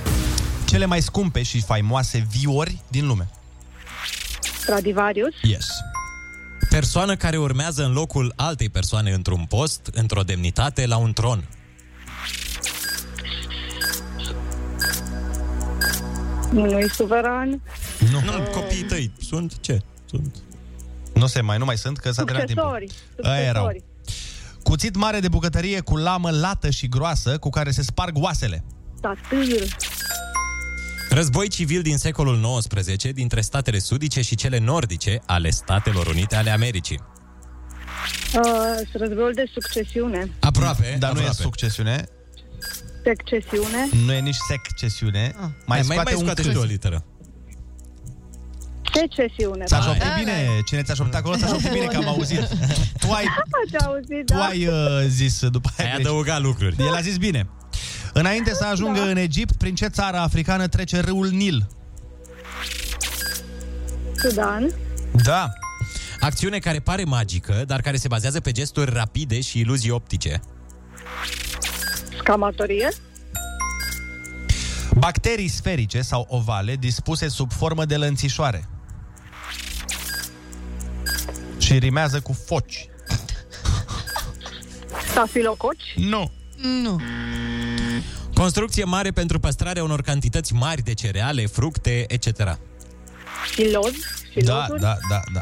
Cele mai scumpe și faimoase viori din lume. Stradivarius, Yes. Persoană care urmează în locul altei persoane într-un post, într-o demnitate, la un tron. unui suveran. Nu, nu copiii tăi sunt ce? Sunt. Nu se mai, nu mai sunt, că s-a terminat timpul. Succesori. Aia erau. Succesori. Cuțit mare de bucătărie cu lamă lată și groasă cu care se sparg oasele. Satâr. Război civil din secolul XIX dintre statele sudice și cele nordice ale Statelor Unite ale Americii. Uh, războiul de succesiune. Aproape, Dar nu e aproape. succesiune, Succesiune. nu e nici Ah. secesiune. Mai, Mai- mai- scoate mai un scoate C. și o literă. Secesiune. Ți-a da. da. șoptit bine? Cine ți-a șoptit acolo, ți-a șoptit bine, că am auzit. Tu ai, Ați auzit, tu da? ai uh, zis după aia. Ai adăugat lucruri. El a zis bine. Înainte să ajungă Da. în Egipt, prin ce țară africană trece râul Nil? Sudan. Da. Acțiune care pare magică, dar care se bazează pe gesturi rapide și iluzii optice. Scamatorie. Bacterii sferice sau ovale dispuse sub formă de lănțișoare. Și rimează cu foci. Stafilococi. Nu. Nu. Construcție mare pentru păstrarea unor cantități mari de cereale, fructe, etc. Siloz. Da, Silozuri. da, da, da.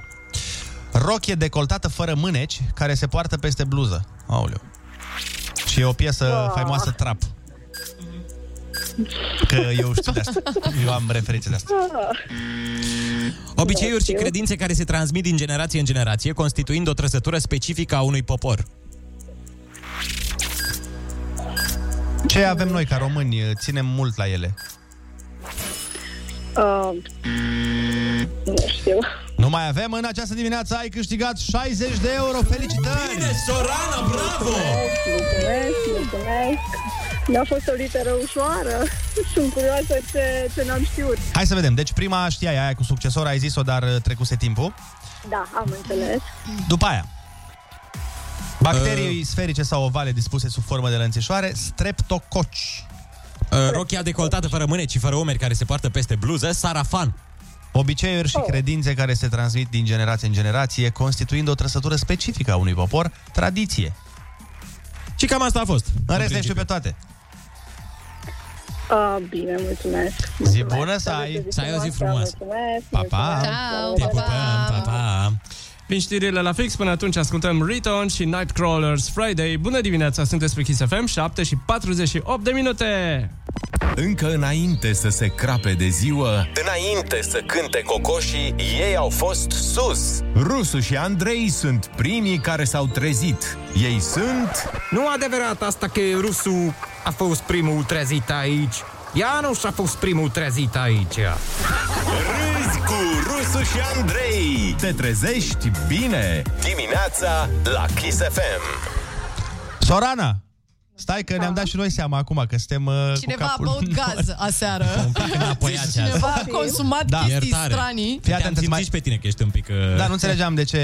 Rochie decoltată fără mâneci care se poartă peste bluză. Aoleu. Și e o piesă Da. faimoasă trap. Că eu știu de asta. Eu am referințe de asta. Ah, Obiceiuri și credințe care se transmit din generație în generație, constituind o trăsătură specifică a unui popor. Ce avem noi ca români? Ținem mult la ele. Uh, nu știu. Nu mai avem în această dimineață ai câștigat 60 de euro. Felicitări! Bine, Sorana, bravo! Mulțumesc, mulțumesc. Mi-a fost o literă ușoară. Sunt curioasă ce, ce n-am știut. Hai să vedem. Deci prima știai aia cu succesor, ai zis-o, dar uh, trecuse timpul. Da, am înțeles. După aia. Uh. Bacterii sferice sau ovale dispuse sub formă de lănțișoare, streptococi. Uh, Rochia decoltată fără mâneci și fără umeri care se poartă peste bluză, sarafan. Obiceiuri Oh. și credințe care se transmit din generație în generație, constituind o trăsătură specifică a unui popor, tradiție. Și cam asta a fost. În rest le știu pe toate. Uh, bine, mulțumesc. Zi bună să ai! Să ai o zi frumoasă. Mulțumesc. Pa, pa! Ciao, Te pupăm, pa, pa! Vin știrile la fix, până atunci ascultăm Return și Nightcrawlers Friday. Bună dimineața, sunteți pe Kiss FM, 7 și 48 de minute. Încă înainte să se crape de ziua, înainte să cânte cocoșii, ei au fost sus. Rusu și Andrei sunt primii care s-au trezit. Ei sunt... Nu adevărat asta că rusul a fost primul trezit aici. Ea nu și-a fost primul trezit aici. Râzi cu Rusu și Andrei! Te trezești bine! Dimineața la Kiss FM! Sorana! Stai că ne-am dat și noi seama acum că suntem uh, Da. Cineva cu a capul... băut gaz aseară. Un pic Păi, înapoi azi. Cineva a consumat da. chestii stranii. Fii atent, Te-am mai... pe tine că ești un pic... Uh... Da, nu înțelegeam de ce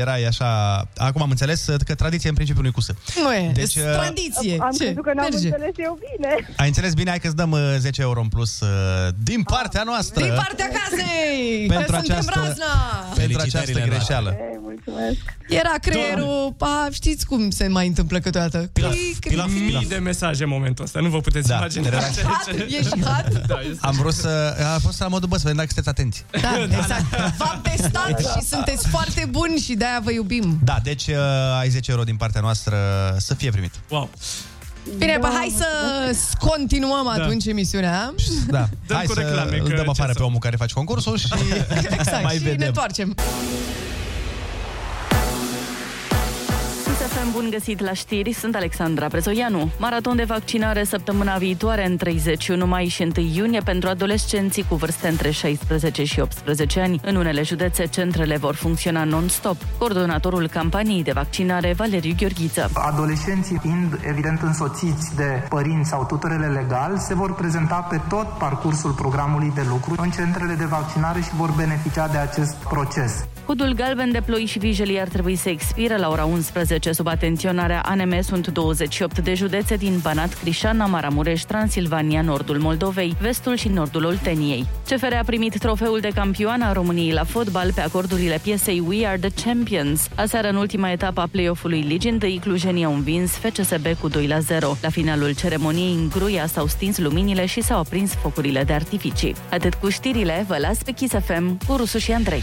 erai așa... Acum am înțeles că tradiție în principiu nu-i cu S. Nu e, Deci, uh, tradiție. Am Ce? crezut că n-am Merge. înțeles eu bine. Ai înțeles bine, hai că-ți dăm uh, 10 euro în plus uh, din partea noastră. Ah, Din partea casei! Pentru că această- suntem razna! Pentru această greșeală. Era creierul, a, știți cum se mai întâmplă câteodată. Da. Păi, Clic, clic. Mii de mesaje în momentul ăsta, nu vă puteți da, imagina. relax. ce- Hat, ce- ești hat? Da, este- Am vrut să... A fost la modul, bă, să vedem dacă sunteți atenți. Da, exact. V-am testat și sunteți foarte buni și de-aia vă iubim. Da, deci uh, ai 10 euro din partea noastră să fie primit. Wow. Bine, bă, hai să continuăm atunci emisiunea. Da. Dăm Hai cu să reclame, îl că dăm ce afară să- pe omul care face concursul și Exact, mai și ne vedem. întoarcem. Să fim bun găsit la știri, sunt Alexandra Prezoianu. Maraton de vaccinare săptămâna viitoare în 31 mai și 1 iunie pentru adolescenții cu vârste între 16 și 18 ani. În unele județe, centrele vor funcționa non-stop. Coordonatorul campaniei de vaccinare, Valeriu Gheorghiță. Adolescenții, fiind evident însoțiți de părinți sau tutorele legal, se vor prezenta pe tot parcursul programului de lucru în centrele de vaccinare și vor beneficia de acest proces. Codul galben de ploi și vijelii ar trebui să expire la ora 11. Sub atenționarea ANM sunt 28 de județe din Banat, Crișana, Maramureș, Transilvania, nordul Moldovei, vestul și nordul Olteniei. CFR a primit trofeul de campioană a României la fotbal pe acordurile piesei We Are The Champions. Aseară, în ultima etapă a play-off-ului Ligii întâi, clujenii au învins FCSB cu 2 la 0. La finalul ceremoniei în Gruia s-au stins luminile și s-au aprins focurile de artificii. Atât cu știrile, vă las pe Kiss FM cu Rusu și Andrei.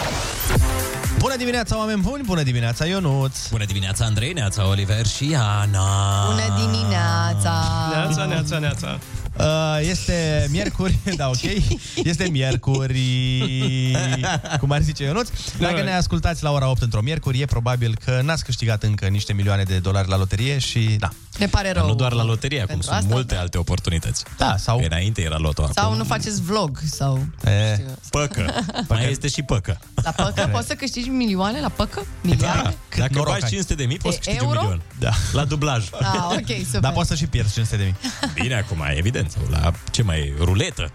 Bună dimineața, oameni buni! Bună dimineața, Ionuț! Bună dimineața, Andrei, Neața, Oliver și Ana. Bună dimineața! Neața, neața, neața. Uh, Este miercuri, da, ok? Este miercuri, cum ar zice Ionuț. Da, Dacă ne ascultați la ora 8 într-o miercuri, e probabil că n-ați câștigat încă niște milioane de dolari la loterie și, da. Ne pare rău. Nu doar la loterie, acum Pentru sunt asta, multe alte oportunități. Da, sau... Înainte era loto, acum... Sau nu faceți vlog, sau... E, Da. păcă. Mai este și păcă. Da. La păcă poți să câștigi milioane la păcă? Milioane? Dacă noroc faci ai. 500 de mii, poți De câștigi un euro? milion. Da. La dublaj. Ah, ok, super. Dar poți să și pierzi 500 de mii. Bine, acum, evident. Sau La ce mai e? ruletă?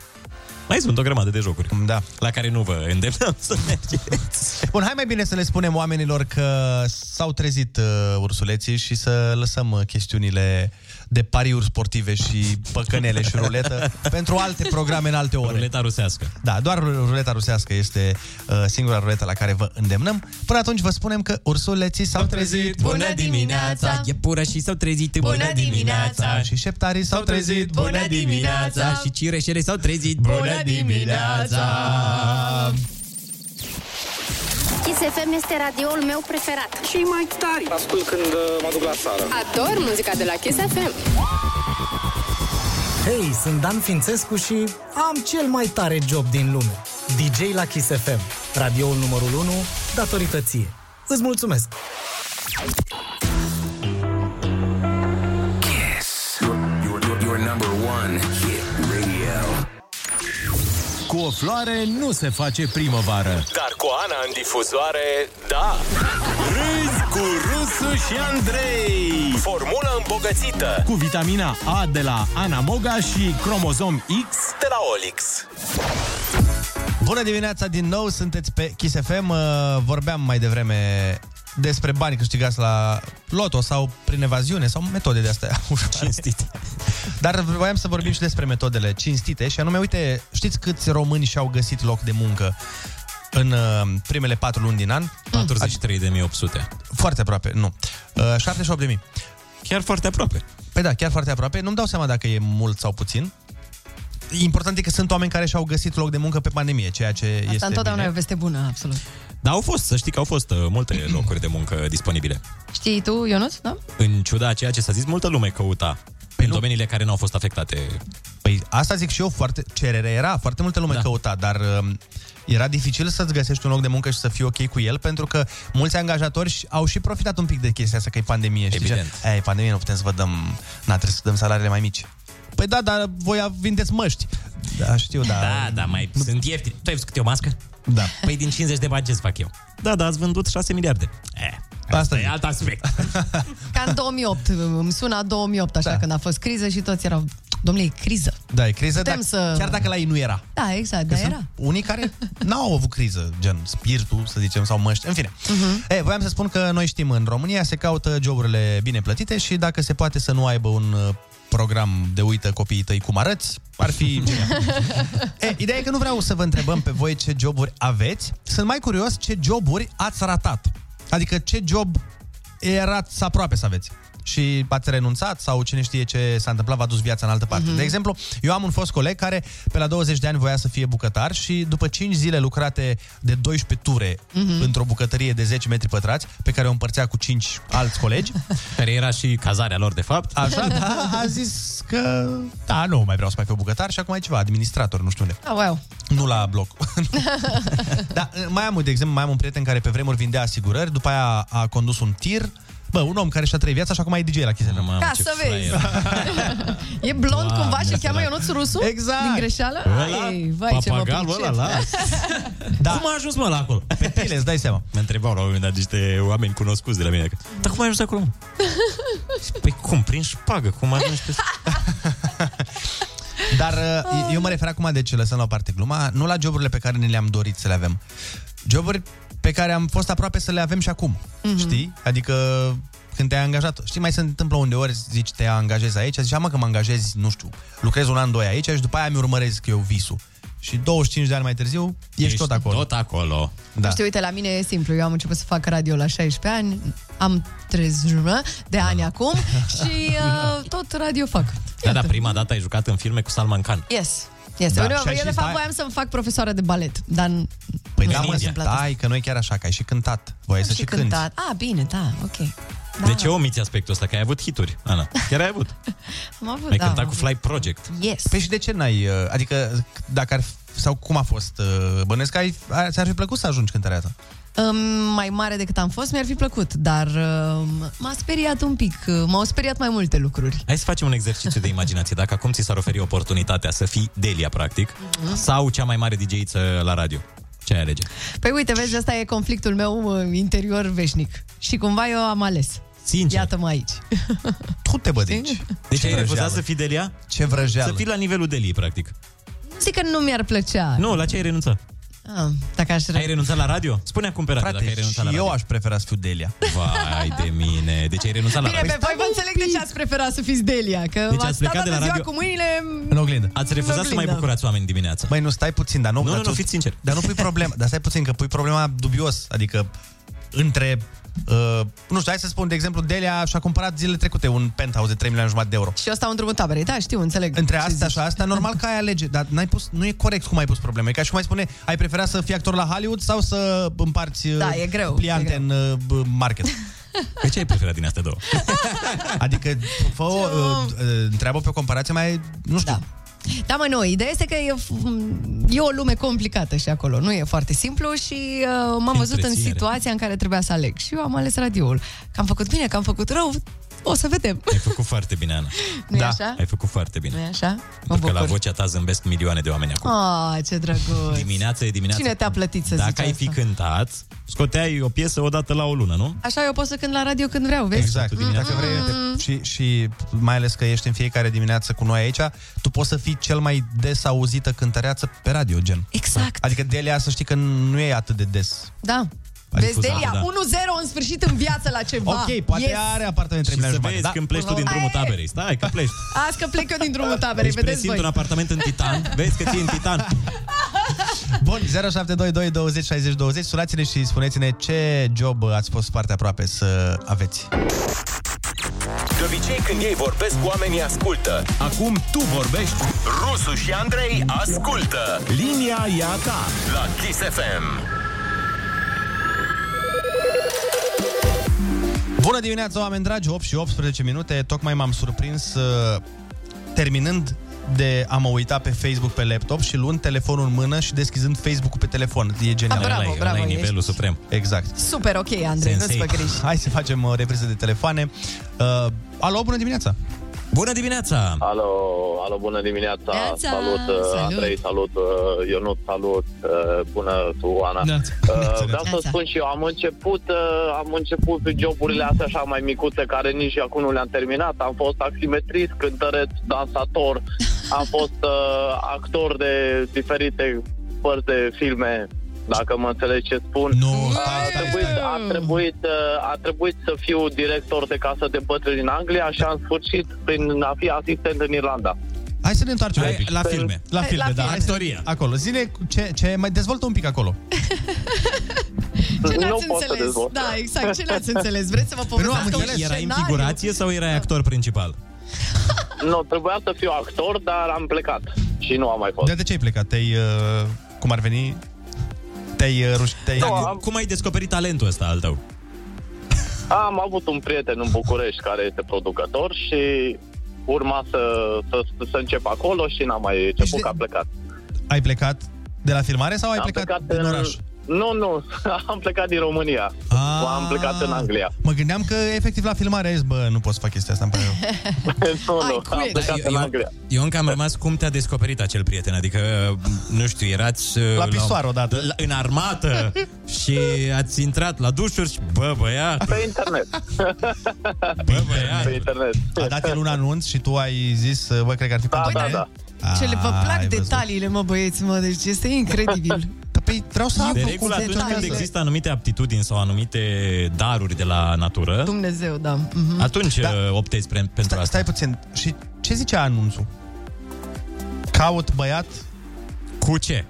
Mai sunt o grămadă de jocuri. Da. La care nu vă îndemnăm să mergeți. Bun, hai mai bine să le spunem oamenilor că s-au trezit uh, ursuleții și să lăsăm uh, chestiunile de pariuri sportive și păcănele și ruletă pentru alte programe în alte ore. Ruleta rusească. Da, doar ruleta rusească este uh, singura ruletă la care vă îndemnăm. Până atunci vă spunem că ursuleții s-au trezit. Bună dimineața! Iepura și s-au trezit. Bună dimineața! Și șeptarii s-au trezit. Bună dimineața! Și cireșele s-au trezit. Bună dimineața! Kiss FM este radioul meu preferat. Și mai tare. Ascult când uh, mă duc la țară. Ador muzica de la Kiss FM. Hei, sunt Dan Fințescu și am cel mai tare job din lume. DJ la Kiss FM, radioul numărul 1, datorită ție. Îți mulțumesc! Kiss. Your, your, your number one hit radio. Cu o floare nu se face primăvară. Dar cu Ana în difuzoare, da. Râzi cu Rusu și Andrei. Formula îmbogățită. Cu vitamina A de la Ana Moga și cromozom X De la Olix. Bună dimineața din nou, sunteți pe Kiss FM. Uh, Vorbeam mai devreme despre bani câștigați la loto sau prin evaziune sau metode de astea cinstite. Dar voiam să vorbim și despre metodele cinstite și anume, uite, știți câți români și-au găsit loc de muncă în uh, primele patru luni din an? 43.800. Foarte aproape, nu. Uh, 78.000. Chiar foarte aproape. Păi da, chiar foarte aproape. Nu-mi dau seama dacă e mult sau puțin. Important e că sunt oameni care și-au găsit loc de muncă pe pandemie, ceea ce Asta este Asta întotdeauna e bine. o veste bună, absolut. Dar au fost, să știi că au fost uh, multe locuri de muncă disponibile. Știi tu, Ionuț, da? În ciuda a ceea ce s-a zis, multă lume căuta în domeniile care Păi nu au fost afectate. Păi asta zic și eu, foarte cerere era, foarte multă lume da. căuta, dar um, era dificil să-ți găsești un loc de muncă și să fii ok cu el, pentru că mulți angajatori și- au și profitat un pic de chestia asta, că e pandemie. Știi? Evident. Ce? E, e pandemie, nu putem să vă dăm, na, trebuie să dăm salariile mai mici. Păi da, dar voi vindeți măști. Da, știu, da. Da, da, mai nu... sunt ieftini. Tu ai văzut câte o mască? Da. Păi din 50 de bani ce fac eu? Da, da, ați vândut 6 miliarde. Eh, asta e alt aspect. Ca în 2008, îmi suna 2008, așa, da. când a fost criză și toți erau, domnule, e criză. Da, e criză, Putem dar, să- chiar dacă la ei nu era. Da, exact, Că dar sunt era. unii care n-au avut criză, gen spiritul, să zicem, sau măști, în fine. Mhm. Uh-huh. E, voiam să spun că noi știm, în România se caută joburile bine plătite și dacă se poate să nu aibă un uh, program de uită copiii tăi cum arăți, ar fi genial. e, ideea e că nu vreau să vă întrebăm pe voi ce joburi aveți, sunt mai curios ce joburi ați ratat. Adică ce job erați aproape să aveți și ați renunțat sau cine știe ce s-a întâmplat, v-a dus viața în altă parte. Mhm. Mm-hmm. De exemplu, eu am un fost coleg care pe la 20 de ani voia să fie bucătar și după 5 zile lucrate de 12 ture mm-hmm. Mhm. într-o bucătărie de 10 metri pătrați, pe care o împărțea cu 5 alți colegi, Care era și cazarea lor, de fapt. așa, da, a zis că da, nu mai vreau să mai fiu bucătar și acum e ceva, administrator, nu știu unde. Ah, wow. Nu la bloc. da, mai am, de exemplu, mai am un prieten care pe vremuri vindea asigurări, după aia a condus un tir. Bă, un om care și-a trăit viața și acum e DJ la Chisinau. Ca ce să vezi. E blond Doamne, cumva și sărac. cheamă Ionuț Rusu? Exact. Din greșeală? Ăla, Ai, vai, ce mă papagalul pricep. ăla, las. da. Cum a ajuns mă la acolo? Pe tine, îți dai seama. Mă întrebau la un moment dat niște oameni cunoscuți de la mine. că, Dar cum ai ajuns acolo? mă?" Păi cum, prin șpagă, cum ajungi pe... Dar uh, eu mă refer acum, deci lăsăm la o parte gluma, nu la joburile pe care ne le-am dorit să le avem. Joburi pe care am fost aproape să le avem și acum, Mhm. mm-hmm. știi? Adică când te-ai angajat, știi, mai se întâmplă undeori, zici, te angajezi aici, zici, "A, mă că mă angajez, nu știu, lucrez un an, doi aici și după aia mi urmăresc eu visul. Și 25 de ani mai târziu, ești, ești tot acolo. tot acolo. Da. Știi, uite, la mine e simplu. Eu am început să fac radio la 16 ani, am 30 de ani acum și uh, tot radio fac. Da, da, prima dată ai jucat în filme cu Salman Khan. Yes. Yes. Da. Da. Și Eu, ai eu, și de stai- fapt, voiam să-mi fac profesoară de balet, dar nu Păi mi da, s-a mă, întâmplat asta. stai, că nu e chiar așa, că ai și cântat. Voiai să și, și cânti. cântat. Ah, bine, da, ok. Da, De ce omiți aspectul ăsta? Că ai avut hituri, Ana. Chiar ai avut. am avut, Ai da. cântat am cu Fly Project. avut. Yes. Păi și de ce n-ai, uh, adică dacă ar, f- sau cum a fost, uh, bănesc că ai, a- ți-ar fi plăcut să ajungi cântărea ta. Um, mai mare decât am fost, mi-ar fi plăcut, dar um, m-a speriat un pic, uh, m-au speriat mai multe lucruri. Hai să facem un exercițiu de imaginație. Dacă acum ți s-ar oferi oportunitatea să fii Delia, practic, sau cea mai mare DJ-iță la radio, ce ai alege? Păi uite, vezi, ăsta e conflictul meu uh, interior veșnic. Și cumva eu am ales. Sincer. Iată-mă aici. Tu te bădici. Deci ai refuzat vrăjeală. să fii Delia? Ce vrăjeală. Să fii la nivelul Deliei, practic. Zic că nu mi-ar plăcea. Nu, la ce ai renunțat? Ah, dacă aș Ai renunțat la radio? Spune acum pe radio dacă ai renunțat la și radio. eu aș prefera să fiu Delia. Vai de mine. Deci ai renunțat la Bine, radio. pe voi vă înțeleg de ce ați preferat să fiți Delia, că Deci v-ați ați stat plecat de la toată ziua radio- cu mâinile... În oglindă. Ați refuzat În să mai oglindă. bucurați oameni dimineața. Băi, nu stai puțin, dar nu... Nu, dar nu, nu, fiți sincer. Dar nu pui problema, dar stai puțin, că pui problema dubios, adică între... Uh, nu știu, hai să spun, de exemplu, Delia și-a cumpărat zilele trecute un penthouse de 3 milioane jumătate de euro. Și eu stau într-un tabere, da, știu, înțeleg. Între asta și asta, normal că ai alege, dar n-ai pus, nu e corect cum ai pus probleme. E ca și cum ai spune, ai prefera să fii actor la Hollywood sau să împarți uh, Da, e greu, pliante e în uh, b- market? Pe ce ai preferat din astea două? Adică, fă, o, uh, uh, întreabă pe o comparație mai, nu știu, da. Da, mă, nu, ideea este că e, f- e o lume complicată și acolo, nu e foarte simplu și uh, m-am văzut în Întreținere. situația în care trebuia să aleg și eu am ales radioul. Că am făcut bine, că am făcut rău, o să vedem. Ai făcut foarte bine, Ana. Nu-i Da. așa? Ai făcut foarte bine. nu e așa? Mă Pentru că la bucur. vocea ta zâmbesc milioane de oameni acum. Ah, ce drăguț. Dimineața e dimineața. Cine te-a plătit să zici Dacă ai fi asta? cântat, scoteai o piesă o dată la o lună, nu? Așa eu pot să cânt la radio când vreau, vezi? Mm-hmm. Exact. Dacă vrei, de, și, și mai ales că ești în fiecare dimineață cu noi aici, tu poți să fii cel mai des auzită cântăreață pe radio, gen. Exact. Adică Delia să știi că nu e atât de des. Da. Ai Vezi, refuzat, Delia, da. 1-0 în sfârșit în viață la ceva. Ok, poate yes. are apartament Și 3 să milioane vezi jumate, da. când pleci tu din drumul taberei. Stai, că pleci. Azi că plec eu din Deci drumul taberei, Îți vedeți prezint voi. un apartament în Titan. Vezi că ție în Titan. Bun, 0722 20 60 20 Sunați-ne și spuneți-ne ce job ați fost foarte aproape să aveți De obicei, când ei vorbesc, oamenii ascultă. Acum tu vorbești. Rusu și Andrei ascultă. Linia e a ta la Kiss FM. Bună dimineața, oameni dragi, 8 și 18 minute. Tocmai m-am surprins uh, terminând de a mă uita pe Facebook pe laptop și luând telefonul în mână și deschizând Facebook-ul pe telefon. E genial. Ah, bravo, Ăla e- bravo, ăla e nivelul ești. suprem. Exact. Super ok, Andrei, nu-ți fă griji. Hai să facem o repriză de telefoane. Uh, alo, bună dimineața! Bună dimineața! Alo, alo, bună dimineața! Neața! Salut, Salut. salut, Andrei, salut, uh, Ionut, salut, uh, bună tu, Ana! Neața. Uh, vreau să spun și eu, am început, uh, am început pe joburile astea așa mai micuțe, care nici acum nu le-am terminat. Am fost taximetrist, cântăreț, dansator, am fost uh, actor de diferite părți de filme, dacă mă înțelegi ce spun. Nu, a, trebuit, a, trebuit, uh, a trebuit să fiu director de casă de bătrâni în Anglia și am sfârșit prin a fi asistent în Irlanda. Hai să ne întoarcem Hai, un pic. la filme. La Hai, filme, la da. filme. Istoria. Acolo. Zine ce, ce mai dezvoltă un pic acolo. Ce Nu n-ați pot să înțeles? dezvolt. Da, exact, ce n-ați înțeles? Vreți să vă Păi nu am povestesc un înțeles. Erai în scenariu? figurație sau erai actor principal? Nu, trebuia să fiu actor, dar am plecat și nu am mai fost. Dar de ce ai plecat? Te-ai, uh, cum ar veni, te-ai uh, ruș... Te-ai... Nu, am- Cum ai descoperit talentul ăsta al tău? Am avut un prieten în București care este producător și urma să, să, să încep acolo și n-am mai început că am plecat. ai plecat de la filmare sau ai plecat, din oraș? Nu, nu, am plecat din România. Am plecat în Anglia. Mă gândeam că efectiv la filmare ai zis, bă, nu pot să fac chestia asta, îmi pare rău. nu, nu, am plecat în eu, Anglia. eu încă am rămas cum te-a descoperit acel prieten Adică, nu știu, erați uh, La pisoar odată la, În armată Și ați intrat la dușuri și, Bă, băiat Pe internet Bă, băiat Pe internet A dat el un anunț și tu ai zis, uh, bă, cred că ar fi da, da, da. Ce le vă plac detaliile, mă băieți, mă, deci este incredibil. Păi vreau să De regulă, atunci când există anumite aptitudini sau anumite daruri de la natură, Dumnezeu, da. Mhm. atunci da. optezi pre- pentru asta. Stai puțin, și ce zicea anunțul? Caut băiat Cu ce?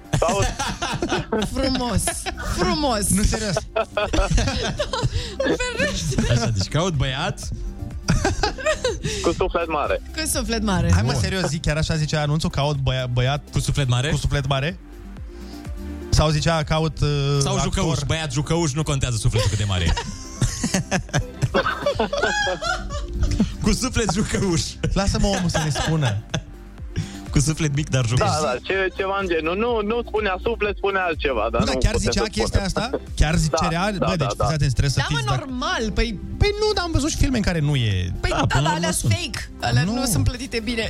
Frumos, frumos. Nu, serios. Așa, deci caut băiat. Cu suflet mare. Cu suflet mare. Hai mă, serios, zic, chiar așa zicea anunțul, caut băia, băiat... Cu suflet mare? Cu suflet mare? Sau zicea, caut uh, Sau actor. jucăuș, băiat jucăuș, nu contează sufletul cât de mare e. Cu suflet jucăuș. Lasă-mă omul să ne spună. Cu suflet mic, dar Da, jucăuș. da, ce, ceva în genul. Nu, nu spunea suflet, spunea altceva. Dar Nu, dar nu Da, chiar putem zicea să spunem. chestia asta? Chiar zicea da, Bă, da, deci, da, da. fiți atenți, trebuie să Da, mă, fiți... dacă- normal, păi... Păi nu, dar am văzut și filme în care nu e... Păi da, da, dar alea sunt fake. Alea nu. sunt plătite bine.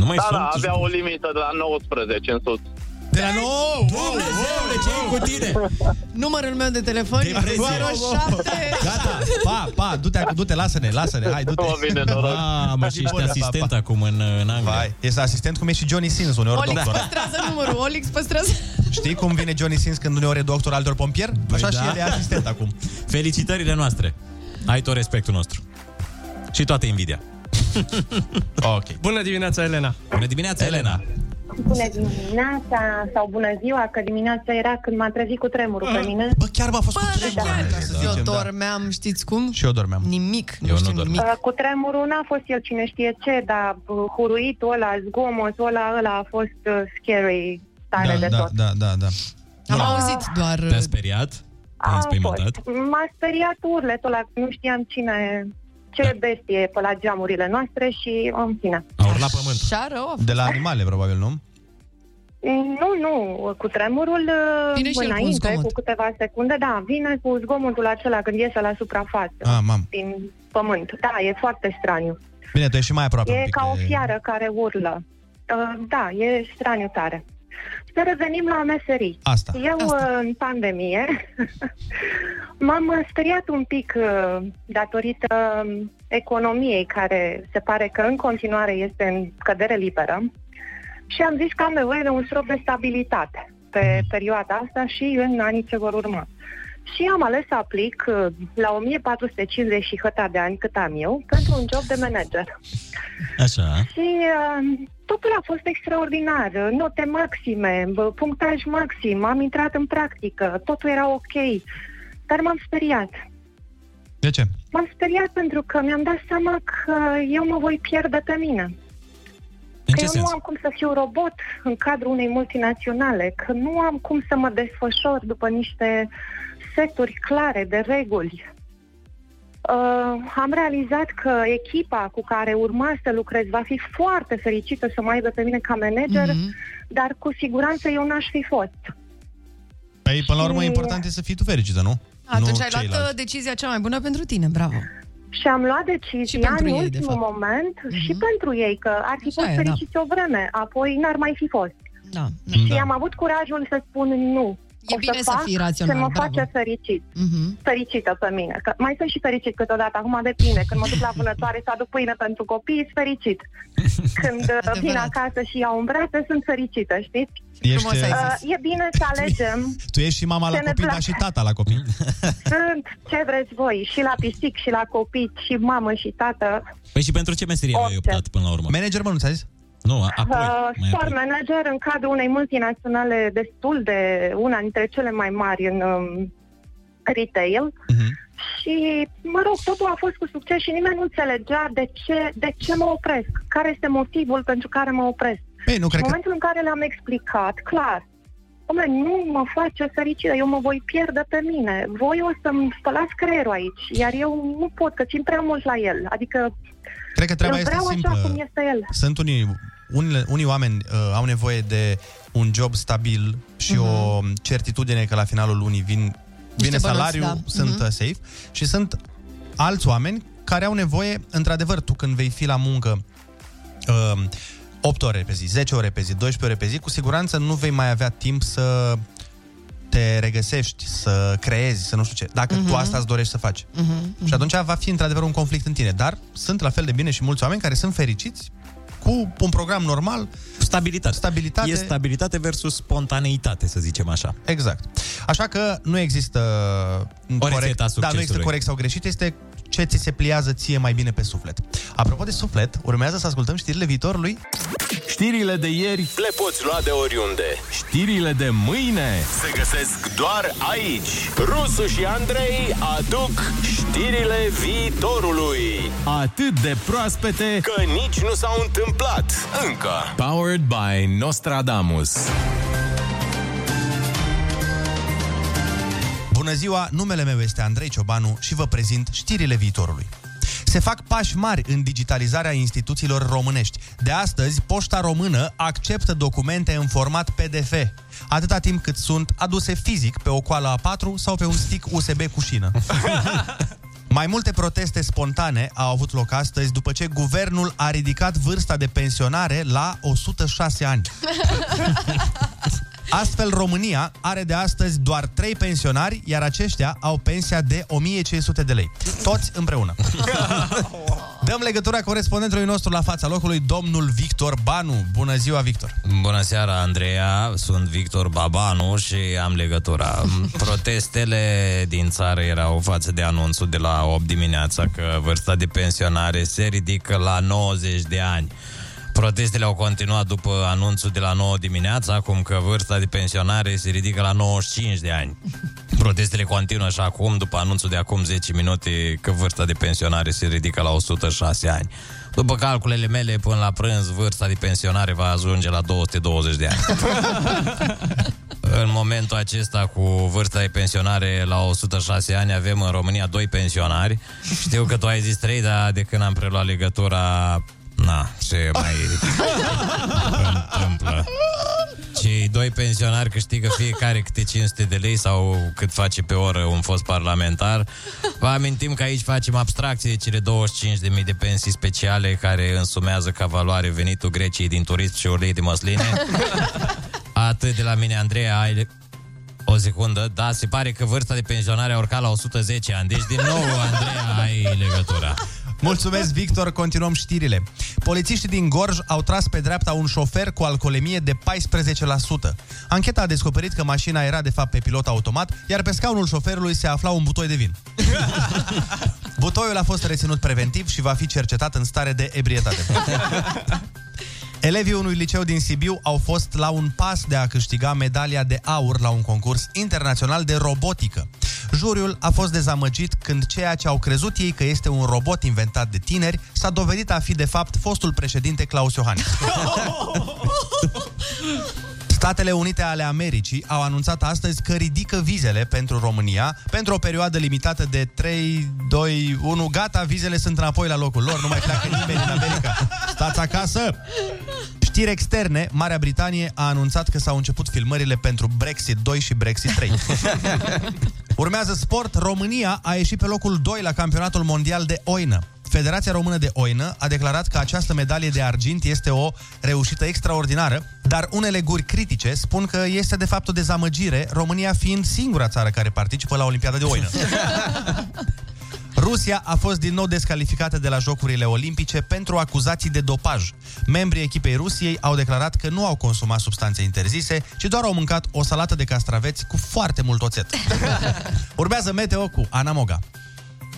Nu mai da, da, avea o limită de la 19 în sus. De la nou! Dumnezeule, ce e cu tine? Numărul meu de telefon este Depresie. 07. Gata, pa, pa, du-te, ac- du-te lasă-ne, lasă-ne, hai, du-te. Nu da. vine noroc. Mamă, și ești asistent acum în, în Anglia. Vai, este asistent cum e și Johnny Sins, uneori Olix doctor. păstrează numărul, Olix păstrează... Știi cum vine Johnny Sins când uneori e doctor, altor pompier? Păi Așa și da. el e asistent acum. Felicitările noastre. Ai tot respectul nostru. Și toată invidia. ok. Bună dimineața, Elena! Bună dimineața, Elena! Bună dimineața sau bună ziua, că dimineața era când m-a trezit cu tremurul pe mine. Bă, chiar m-a fost cu tremurul. Eu dormeam, știți cum? Și eu Da, dormeam. Nimic, nu știu nimic. Ă, Cu tremurul n-a fost el cine știe ce, dar uh, huruitul ăla, zgomotul ăla, ăla a fost uh, scary tare de da, tot. da, da, da. Am auzit doar... uh, Te-a speriat? Te-a A înspăimântat? fost. M-a speriat urletul ăla, nu știam cine, ce bestie e pe la geamurile noastre și în fine. A urlat pământ. Așa rău De la animale, probabil, nu? Nu, nu, cu tremurul uh, Vine și el cu un înainte, cu, zgomot. câteva secunde, da, vine cu zgomotul acela când iese la suprafață, Ah, mam. din pământ. Da, e foarte straniu. Bine, tu ești și mai aproape un E pic ca o de- fiară care urlă. Uh, Da, e straniu tare. Să revenim la meserii. Asta. Eu, uh, în pandemie, m-am uh, speriat un pic uh, datorită um, economiei, care se pare că în continuare este în cădere liberă, și am zis că am nevoie de un strop de stabilitate pe Mhm. perioada asta și în anii ce vor urma. Și am ales să aplic uh, la 1450 și hăta de ani cât am eu pentru un job de manager. Așa. Și uh, totul a fost extraordinar. Note maxime, bă, punctaj maxim, am intrat în practică, totul era ok. Dar m-am speriat. De ce? M-am speriat pentru că mi-am dat seama că eu mă voi pierde pe mine. În că ce eu sens? nu am cum să fiu robot în cadrul unei multinaționale, că nu am cum să mă desfășor după niște seturi clare de reguli. Uh, am realizat că echipa cu care urma să lucrez va fi foarte fericită să mă aibă pe mine ca manager, Mhm. mm-hmm. dar cu siguranță eu n-aș fi fost. Păi, până la urmă, important e să fii tu fericită, nu? Atunci nu ai luat ceilalți. uh, decizia cea mai bună pentru tine, bravo. Și am luat decizia pentru în ei, de ultimul fapt. Mhm. moment mm-hmm. și pentru ei, că ar fi Așa fost e, da. fericiți o vreme, apoi n-ar mai fi fost. Da. Și am avut curajul să spun nu. E o bine să fac fii rațional, ce mă bravo. Mhm. face fericit. Fericită pe mine. Că mai sunt și fericit câteodată. Acum depinde. Când mă duc la vânătoare să aduc pâine pentru copii, sunt fericit. Când uh, vin acasă și iau un braț, sunt fericită, știți? Ești, Frumos ai uh, zis. e bine să alegem. Tu ești și mama la Ce ne copii, dar place. și tata la copii. Sunt ce vreți voi, și la pisic, și la copii, și mamă, și tată. Păi și pentru ce meserie ai optat până la urmă? Manager, mă, nu ți-a zis? Nu, a- apoi. Ah, Uh, mai Store manager în cadrul unei multinaționale destul de una dintre cele mai mari în um, retail. Mhm. Și, mă rog, totul a fost cu succes și nimeni nu înțelegea de ce, de ce mă opresc, care este motivul pentru care mă opresc. Ei, nu în momentul în care le-am explicat, clar, Dom'le, nu mă face fericită, eu mă voi pierde pe mine. Voi o să-mi spălați creierul aici, iar eu nu pot, că țin prea mult la el. Adică Cred că treaba îl este vreau simplă. așa cum este el. Sunt unii, unele, unii oameni uh, au nevoie de un job stabil și o certitudine că la finalul lunii vin, vine Mhm. bănuți, salariul, da. sunt Mhm. uh, safe și sunt alți oameni care au nevoie, într-adevăr, tu când vei fi la muncă uh, 8 ore pe zi, 10 ore pe zi, 12 ore pe zi, cu siguranță nu vei mai avea timp să te regăsești, să creezi, să nu știu ce, dacă tu Mhm. asta îți dorești să faci. Mhm. Și atunci va fi într-adevăr un conflict în tine, dar sunt la fel de bine și mulți oameni care sunt fericiți cu un program normal, stabilitate. stabilitate. E stabilitate versus spontaneitate, să zicem așa. Exact. Așa că nu există O corect, rețetă a da, nu există succesului. corect sau greșit, este ce ți se pliază ție mai bine pe suflet. Apropo de suflet, urmează să ascultăm știrile viitorului. Știrile de ieri le poți lua de oriunde. Știrile de mâine se găsesc doar aici. Rusu și Andrei aduc știrile viitorului. Atât de proaspete Că nici nu s-au întâmplat încă. Powered by Nostradamus Bună ziua, numele meu este Andrei Ciobanu și vă prezint știrile viitorului. Se fac pași mari în digitalizarea instituțiilor românești. De astăzi, Poșta Română acceptă documente în format PDF, atâta timp cât sunt aduse fizic pe o coală A4 sau pe un stick USB cu șină. Mai multe proteste spontane au avut loc astăzi după ce guvernul a ridicat vârsta de pensionare la 106 ani. Astfel, România are de astăzi doar 3 pensionari, iar aceștia au pensia de 1500 de lei. Toți împreună. Dăm legătura corespondentului nostru la fața locului, domnul Victor Banu. Bună ziua, Victor! Bună seara, Andreea, sunt Victor Babanu și am legătura. Protestele din țară erau față de anunțul de la 8 dimineața că vârsta de pensionare se ridică la 90 de ani. Protestele au continuat după anunțul de la 9 dimineața, acum că vârsta de pensionare se ridică la 95 de ani. Protestele continuă și acum, după anunțul de acum 10 minute, că vârsta de pensionare se ridică la 106 ani. După calculele mele, până la prânz, vârsta de pensionare va ajunge la 220 de ani. În momentul acesta, cu vârsta de pensionare la 106 ani, avem în România doi pensionari. Știu că tu ai zis trei, dar de când am preluat legătura... Na, ce mai întâmplă. Cei doi pensionari câștigă fiecare câte 500 de lei sau cât face pe oră un fost parlamentar. Vă amintim că aici facem abstracție de cele 25.000 de pensii speciale care însumează ca valoare venitul Greciei din turism și ulei de măsline. Atât de la mine, Andreea, ai o secundă, da, se pare că vârsta de pensionare a urcat la 110 ani, deci din nou, Andreea, ai legătura. Mulțumesc, Victor. Continuăm știrile. Polițiștii din Gorj au tras pe dreapta un șofer cu alcoolemie de 14%. Ancheta a descoperit că mașina era de fapt pe pilot automat, iar pe scaunul șoferului se afla un butoi de vin. Butoiul a fost reținut preventiv și va fi cercetat în stare de ebrietate. Elevii unui liceu din Sibiu au fost la un pas de a câștiga medalia de aur la un concurs internațional de robotică. Juriul a fost dezamăgit când ceea ce au crezut ei că este un robot inventat de tineri s-a dovedit a fi de fapt fostul președinte Claus Iohannis. Statele Unite ale Americii au anunțat astăzi că ridică vizele pentru România pentru o perioadă limitată de 3, 2, 1. Gata, vizele sunt înapoi la locul lor, nu mai pleacă nimeni din America. Stați acasă! Știri externe, Marea Britanie a anunțat că s-au început filmările pentru Brexit 2 și Brexit 3. Urmează sport, România a ieșit pe locul 2 la campionatul mondial de oină. Federația Română de Oină a declarat că această medalie de argint este o reușită extraordinară, dar unele guri critice spun că este de fapt o dezamăgire, România fiind singura țară care participă la Olimpiada de Oină. Rusia a fost din nou descalificată de la Jocurile Olimpice pentru acuzații de dopaj. Membrii echipei Rusiei au declarat că nu au consumat substanțe interzise, ci doar au mâncat o salată de castraveți cu foarte mult oțet. Urmează meteo cu Ana Moga.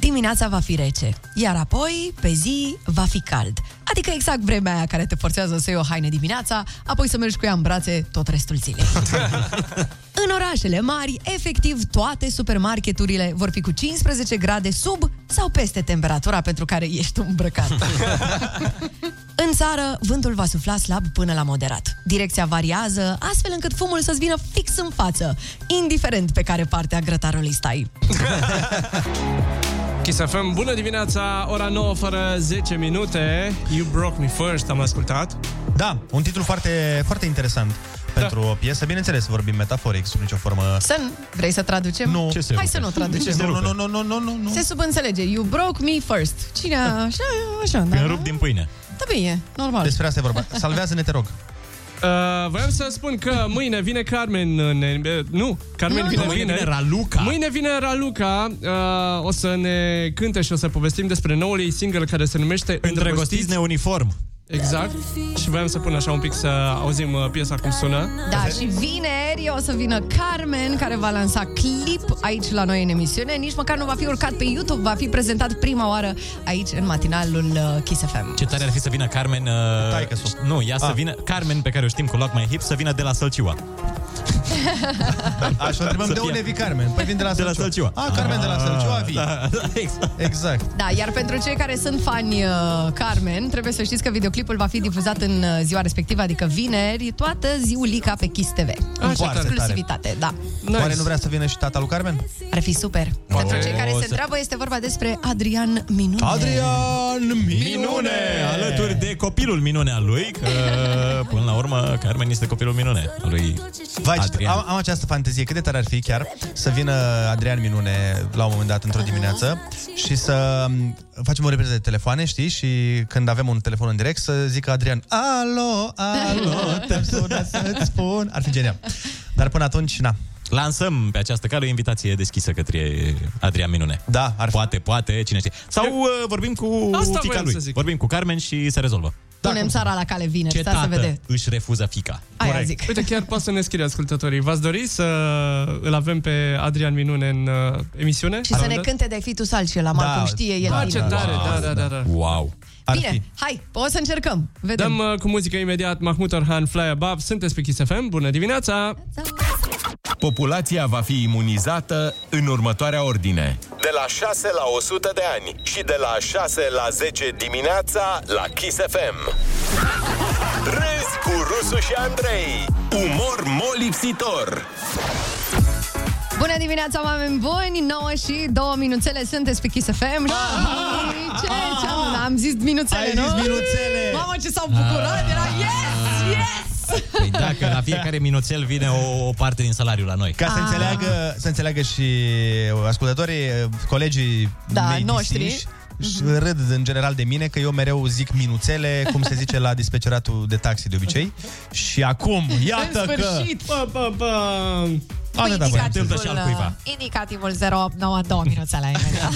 Dimineața va fi rece, iar apoi, pe zi, va fi cald. Adică exact vremea aia care te forțează să iei o haină dimineața, apoi să mergi cu ea în brațe tot restul zilei. în orașele mari, efectiv, toate supermarketurile vor fi cu 15 grade sub sau peste temperatura pentru care ești îmbrăcat. în țară, vântul va sufla slab până la moderat. Direcția variază, astfel încât fumul să-ți vină fix în față, indiferent pe care parte a grătarului stai. Kiss FM, bună dimineața, ora 9 fără 10 minute. You broke me first, am ascultat. Da, un titlu foarte, foarte interesant pentru o piesă. Bineînțeles, vorbim metaforic, sub nicio formă... Să vrei să traducem? Nu. Ce se Hai să rupe? nu o Ce traducem. se rupe? Nu, nu, nu, nu, nu, nu. Se subînțelege. You broke me first. Cine a... așa, așa, da. Când rup din pâine. Da, bine, normal. Despre asta e vorba. Salvează-ne, te rog. Uh, voiam să spun că mâine vine Carmen în, eh, Nu, Carmen Nu, vine mâine vineri. vine Raluca. Mâine vine Raluca uh, O să ne cânte și o să povestim despre noul ei single Care se numește Îndrăgostiți neuniform Exact Și voiam să pun așa un pic să auzim uh, piesa cum sună Da, și vineri o să vină Carmen, care va lansa clip aici la noi în emisiune. Nici măcar nu va fi urcat pe YouTube, va fi prezentat prima oară aici în matinalul uh, Kiss FM. Ce tare ar fi să vină Carmen uh, Nu, ea să vină Carmen pe care o știm cu Lock My Hip Să vină de la Sălciua Așa, întrebăm Să de fie- unde vii Carmen? Păi vin de la De la Sălciua. Ah, Carmen de la Sălciua vii. Da, da, exact. exact. Da, iar pentru cei care sunt fani uh, Carmen, trebuie să știți că videoclipul va fi difuzat în uh, ziua respectivă, adică vineri, toată ziulica pe Kiss TV. Așa, În tare. exclusivitate, da. Nice. Oare nu vrea să vină și tata lui Carmen? Ar fi super. Pentru cei care se întreabă, este vorba despre Adrian Minune. Adrian Minune Alături de copilul minune al lui Că până la urmă Carmen este copilul minune al lui Vai, ce- Adrian am, am această fantezie, cât de tare ar fi chiar să vină Adrian Minune la un moment dat într-o dimineață și să m, facem o repriză de telefoane, știi? Și când avem un telefon în direct să zică Adrian, alo, alo, te sună să-ți spun. Ar fi genial. Dar până atunci, na. Lansăm pe această cale o invitație deschisă către Adrian Minune. Da, ar Poate, poate, cine știe. Sau uh, vorbim cu Asta Asta fica voiam lui. să zic. Vorbim cu Carmen și se rezolvă. Punem țara la cale vineri, Ce stai să vedem. tată își refuză fica? Aia zic. Uite, chiar poate să ne scrie ascultătorii V-ați dori să uh, îl avem pe Adrian Minune în uh, emisiune? Și să ne cânte de fi tu salcie la Marcum, știe el. da, ce bine. tare, da, da, da, da. Wow. Bine, hai, o să încercăm. Vedem. Dăm uh, cu muzică imediat Mahmut Orhan, Fly Above, sunteți pe Kiss FM, bună dimineața! Populația va fi imunizată în următoarea ordine. De la 6 la 100 de ani și de la 6 la 10 dimineața la Kiss FM. Râs cu Rusu și Andrei. Umor molipsitor. Bună dimineața, oameni buni! 9 și 2 minuțele sunteți pe Kiss FM. Ah! Și ce, ce am, am zis minuțele, Ai nu? zis minuțele! Mamă, ce s-au bucurat! Era yes, yes! Păi dacă la fiecare minuțel vine o, o parte din salariu la noi. Ah. Ca să înțeleagă, să înțeleagă și ascultătorii, colegii Da, mei noștri. Mhm. distinși, și râd în general de mine că eu mereu zic minuțele, cum se zice la dispeceratul de taxi de obicei. Și acum, iată În că... sfârșit! Bă, bă, bă. da, Atâta, bă, se Păi, Indicativul, întâmplă uh, și altcuiva. indicativul 089, 2 minuțele imediat.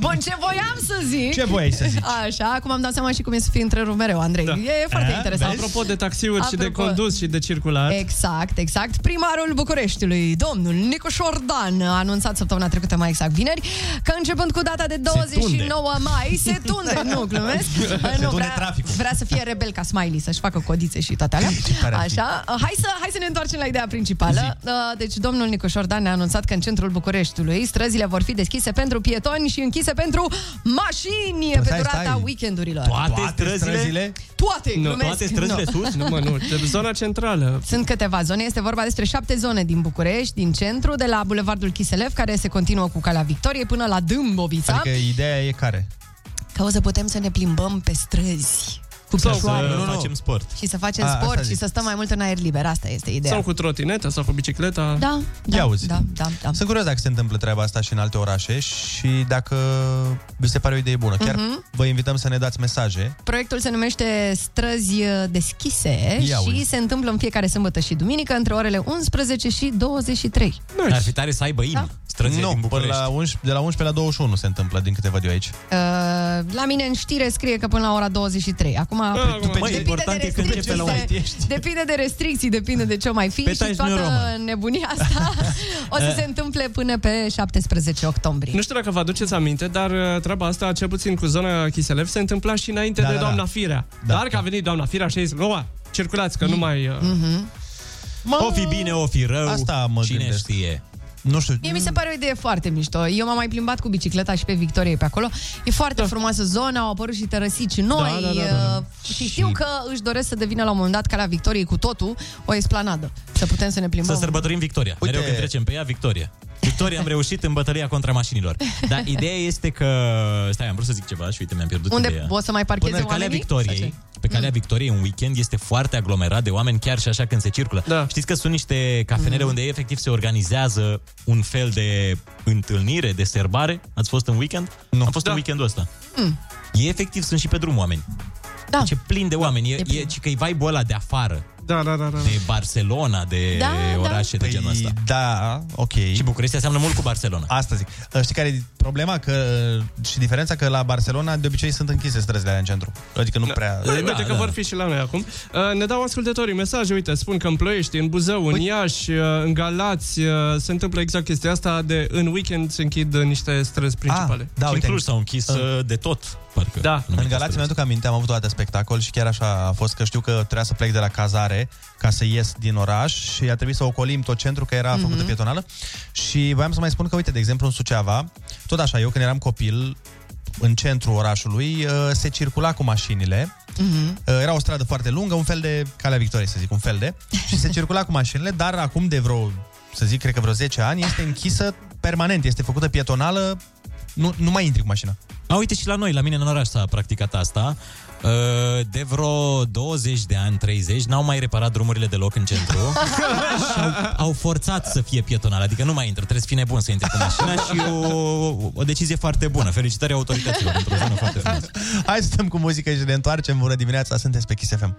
Bun, ce voiam să zic? Ce voiai să zici? Așa, acum am dat seama și cum e să fii întrerupt mereu, Andrei. Păi, E foarte Eh? interesant. Da. Apropo de taxiuri și de Apropo. condus și de circulat. Exact, exact. Primarul Bucureștiului, domnul Nicu Șordan, a anunțat săptămâna trecută, mai exact vineri, că începând cu data de 29 mai, se tunde, nu glumesc, Se tunde traficul. vrea să fie rebel ca Smiley, să-și facă codițe și toate alea. tare ar fi. Așa, hai să, hai să ne întoarcem la ideea principală. Uh, Deci deci domnul Nicușor Dan a anunțat că în centrul Bucureștiului străzile vor fi deschise pentru pietoni și închise pentru mașini pe Păi stai, durata stai. weekendurilor. Toate, Toate, nu, glumesc. toate străzile Nu. sus? Nu, mă, nu. Zona centrală. Sunt câteva zone, este vorba despre șapte zone din București, din centru, de la Bulevardul Chiselev, care se continuă cu Calea Victoriei, până la Dâmbovița. Adică ideea e care? Ca o să putem să ne plimbăm pe străzi cu Sau picioare. să Nu, nu, nu. facem sport. și să facem A, asta sport și zic. să stăm mai mult în aer liber. Asta este ideea. Sau cu trotineta, sau cu bicicleta. Da, da, Ia auzi. da, da, da. Sunt curios dacă se întâmplă treaba asta și în alte orașe și dacă vi se pare o idee bună. Chiar Mhm. vă invităm să ne dați mesaje. Proiectul se numește Străzi uh, Deschise Ia și uite. se întâmplă în fiecare sâmbătă și duminică între orele 11 și 23. Ar fi tare să aibă im da? străzile nu, din București. Până la 11, de la 11 la 21 se întâmplă, din câte văd eu aici. Uh, la mine în știre scrie că până la ora 23. Acum, acum, Măi, important e când începe la opt, restricții, depinde de restricții, depinde de ce mai fi Pe și tași nu e toată român. nebunia asta o să se întâmple până pe 17 octombrie. Nu știu dacă vă aduceți aminte, dar uh, treaba asta, cel puțin cu zona Chiselev, se întâmpla și înainte Da, de da, da. doamna Firea. Dar că a venit doamna Firea și a zis, "Oa, circulați, Mm. că nu mai... uh, Mhm. O fi bine, o fi rău, Asta mă cine gândesc. știe. Nu știu. Mie mi se pare o idee foarte mișto. Eu m-am mai plimbat cu bicicleta și pe Victorie pe acolo. E foarte frumoasă zona, au apărut și tărăsici noi. Da, da, da, da, da. uh, Și știu că își doresc să devină la un moment dat ca la Victoriei cu totul o esplanadă. Să putem să ne Să plimbăm. sărbătorim victoria. Uite. Mereu când trecem pe ea, victoria. Victoria am reușit în bătălia contra mașinilor. Dar ideea este că... Stai, am vrut să zic ceva și uite, mi-am pierdut Unde ideea. o să mai parcheze Până pe calea oamenii? Mm. Sau Victoriei, ce? pe calea Victoriei un weekend este foarte aglomerat de oameni chiar și așa când se circulă. Da. Știți că sunt niște Mm. cafenele mm-hmm. unde efectiv se organizează un fel de întâlnire, de serbare? Ați fost în weekend? Nu. Am fost da. în weekendul ăsta. Mm. E efectiv, sunt și pe drum oameni. Da. Deci e plin de oameni. E, e, ci că e vibe-ul ăla de afară. Da, da, da, da. De Barcelona, de Da, da. orașe de genul ăsta. Da, ok. Și București seamănă mult cu Barcelona. Asta zic. Uh, Știi care e problema? Că, și diferența că la Barcelona de obicei sunt închise străzile alea în centru. Adică nu prea... Da, uite că vor fi și la noi acum. Uh, Ne dau ascultătorii mesaje, uite, spun că în Ploiești, în Buzău, în Iași, uh, în Galați, uh, se întâmplă exact chestia asta de în weekend se închid uh, niște străzi principale. da, și în uite. Cluj s-au închis În- uh, de tot, parcă. Da. În Galați mi-aduc aminte, am avut o dată spectacol și chiar așa a fost că știu că trebuia să plec de la cazare ca să ies din oraș și a trebuit să ocolim tot centrul, că era mm-hmm. făcută pietonală. Și voiam să mai spun că, uite, de exemplu, în Suceava, tot așa, eu când eram copil, în centrul orașului, uh, se circula cu mașinile Mm-hmm. mhm. Uh, Era o stradă foarte lungă, un fel de Calea Victoriei, să zic, un fel de. Și se circula cu mașinile, dar acum de vreo, să zic, cred că vreo 10 ani, este închisă permanent, este făcută pietonală, nu, nu mai intri cu mașina. A, uite și la noi, la mine în oraș s-a practicat asta. Uh, De vreo 20 de ani, 30, n-au mai reparat drumurile deloc în centru și au, au forțat să fie pietonal, adică nu mai intră, trebuie să fii nebun să intri cu mașina Da, și o, o decizie foarte bună. Felicitări autorităților într-o zonă foarte frumoasă. Hai să stăm cu muzică și ne întoarcem. Bună dimineața, sunteți pe Kiss FM.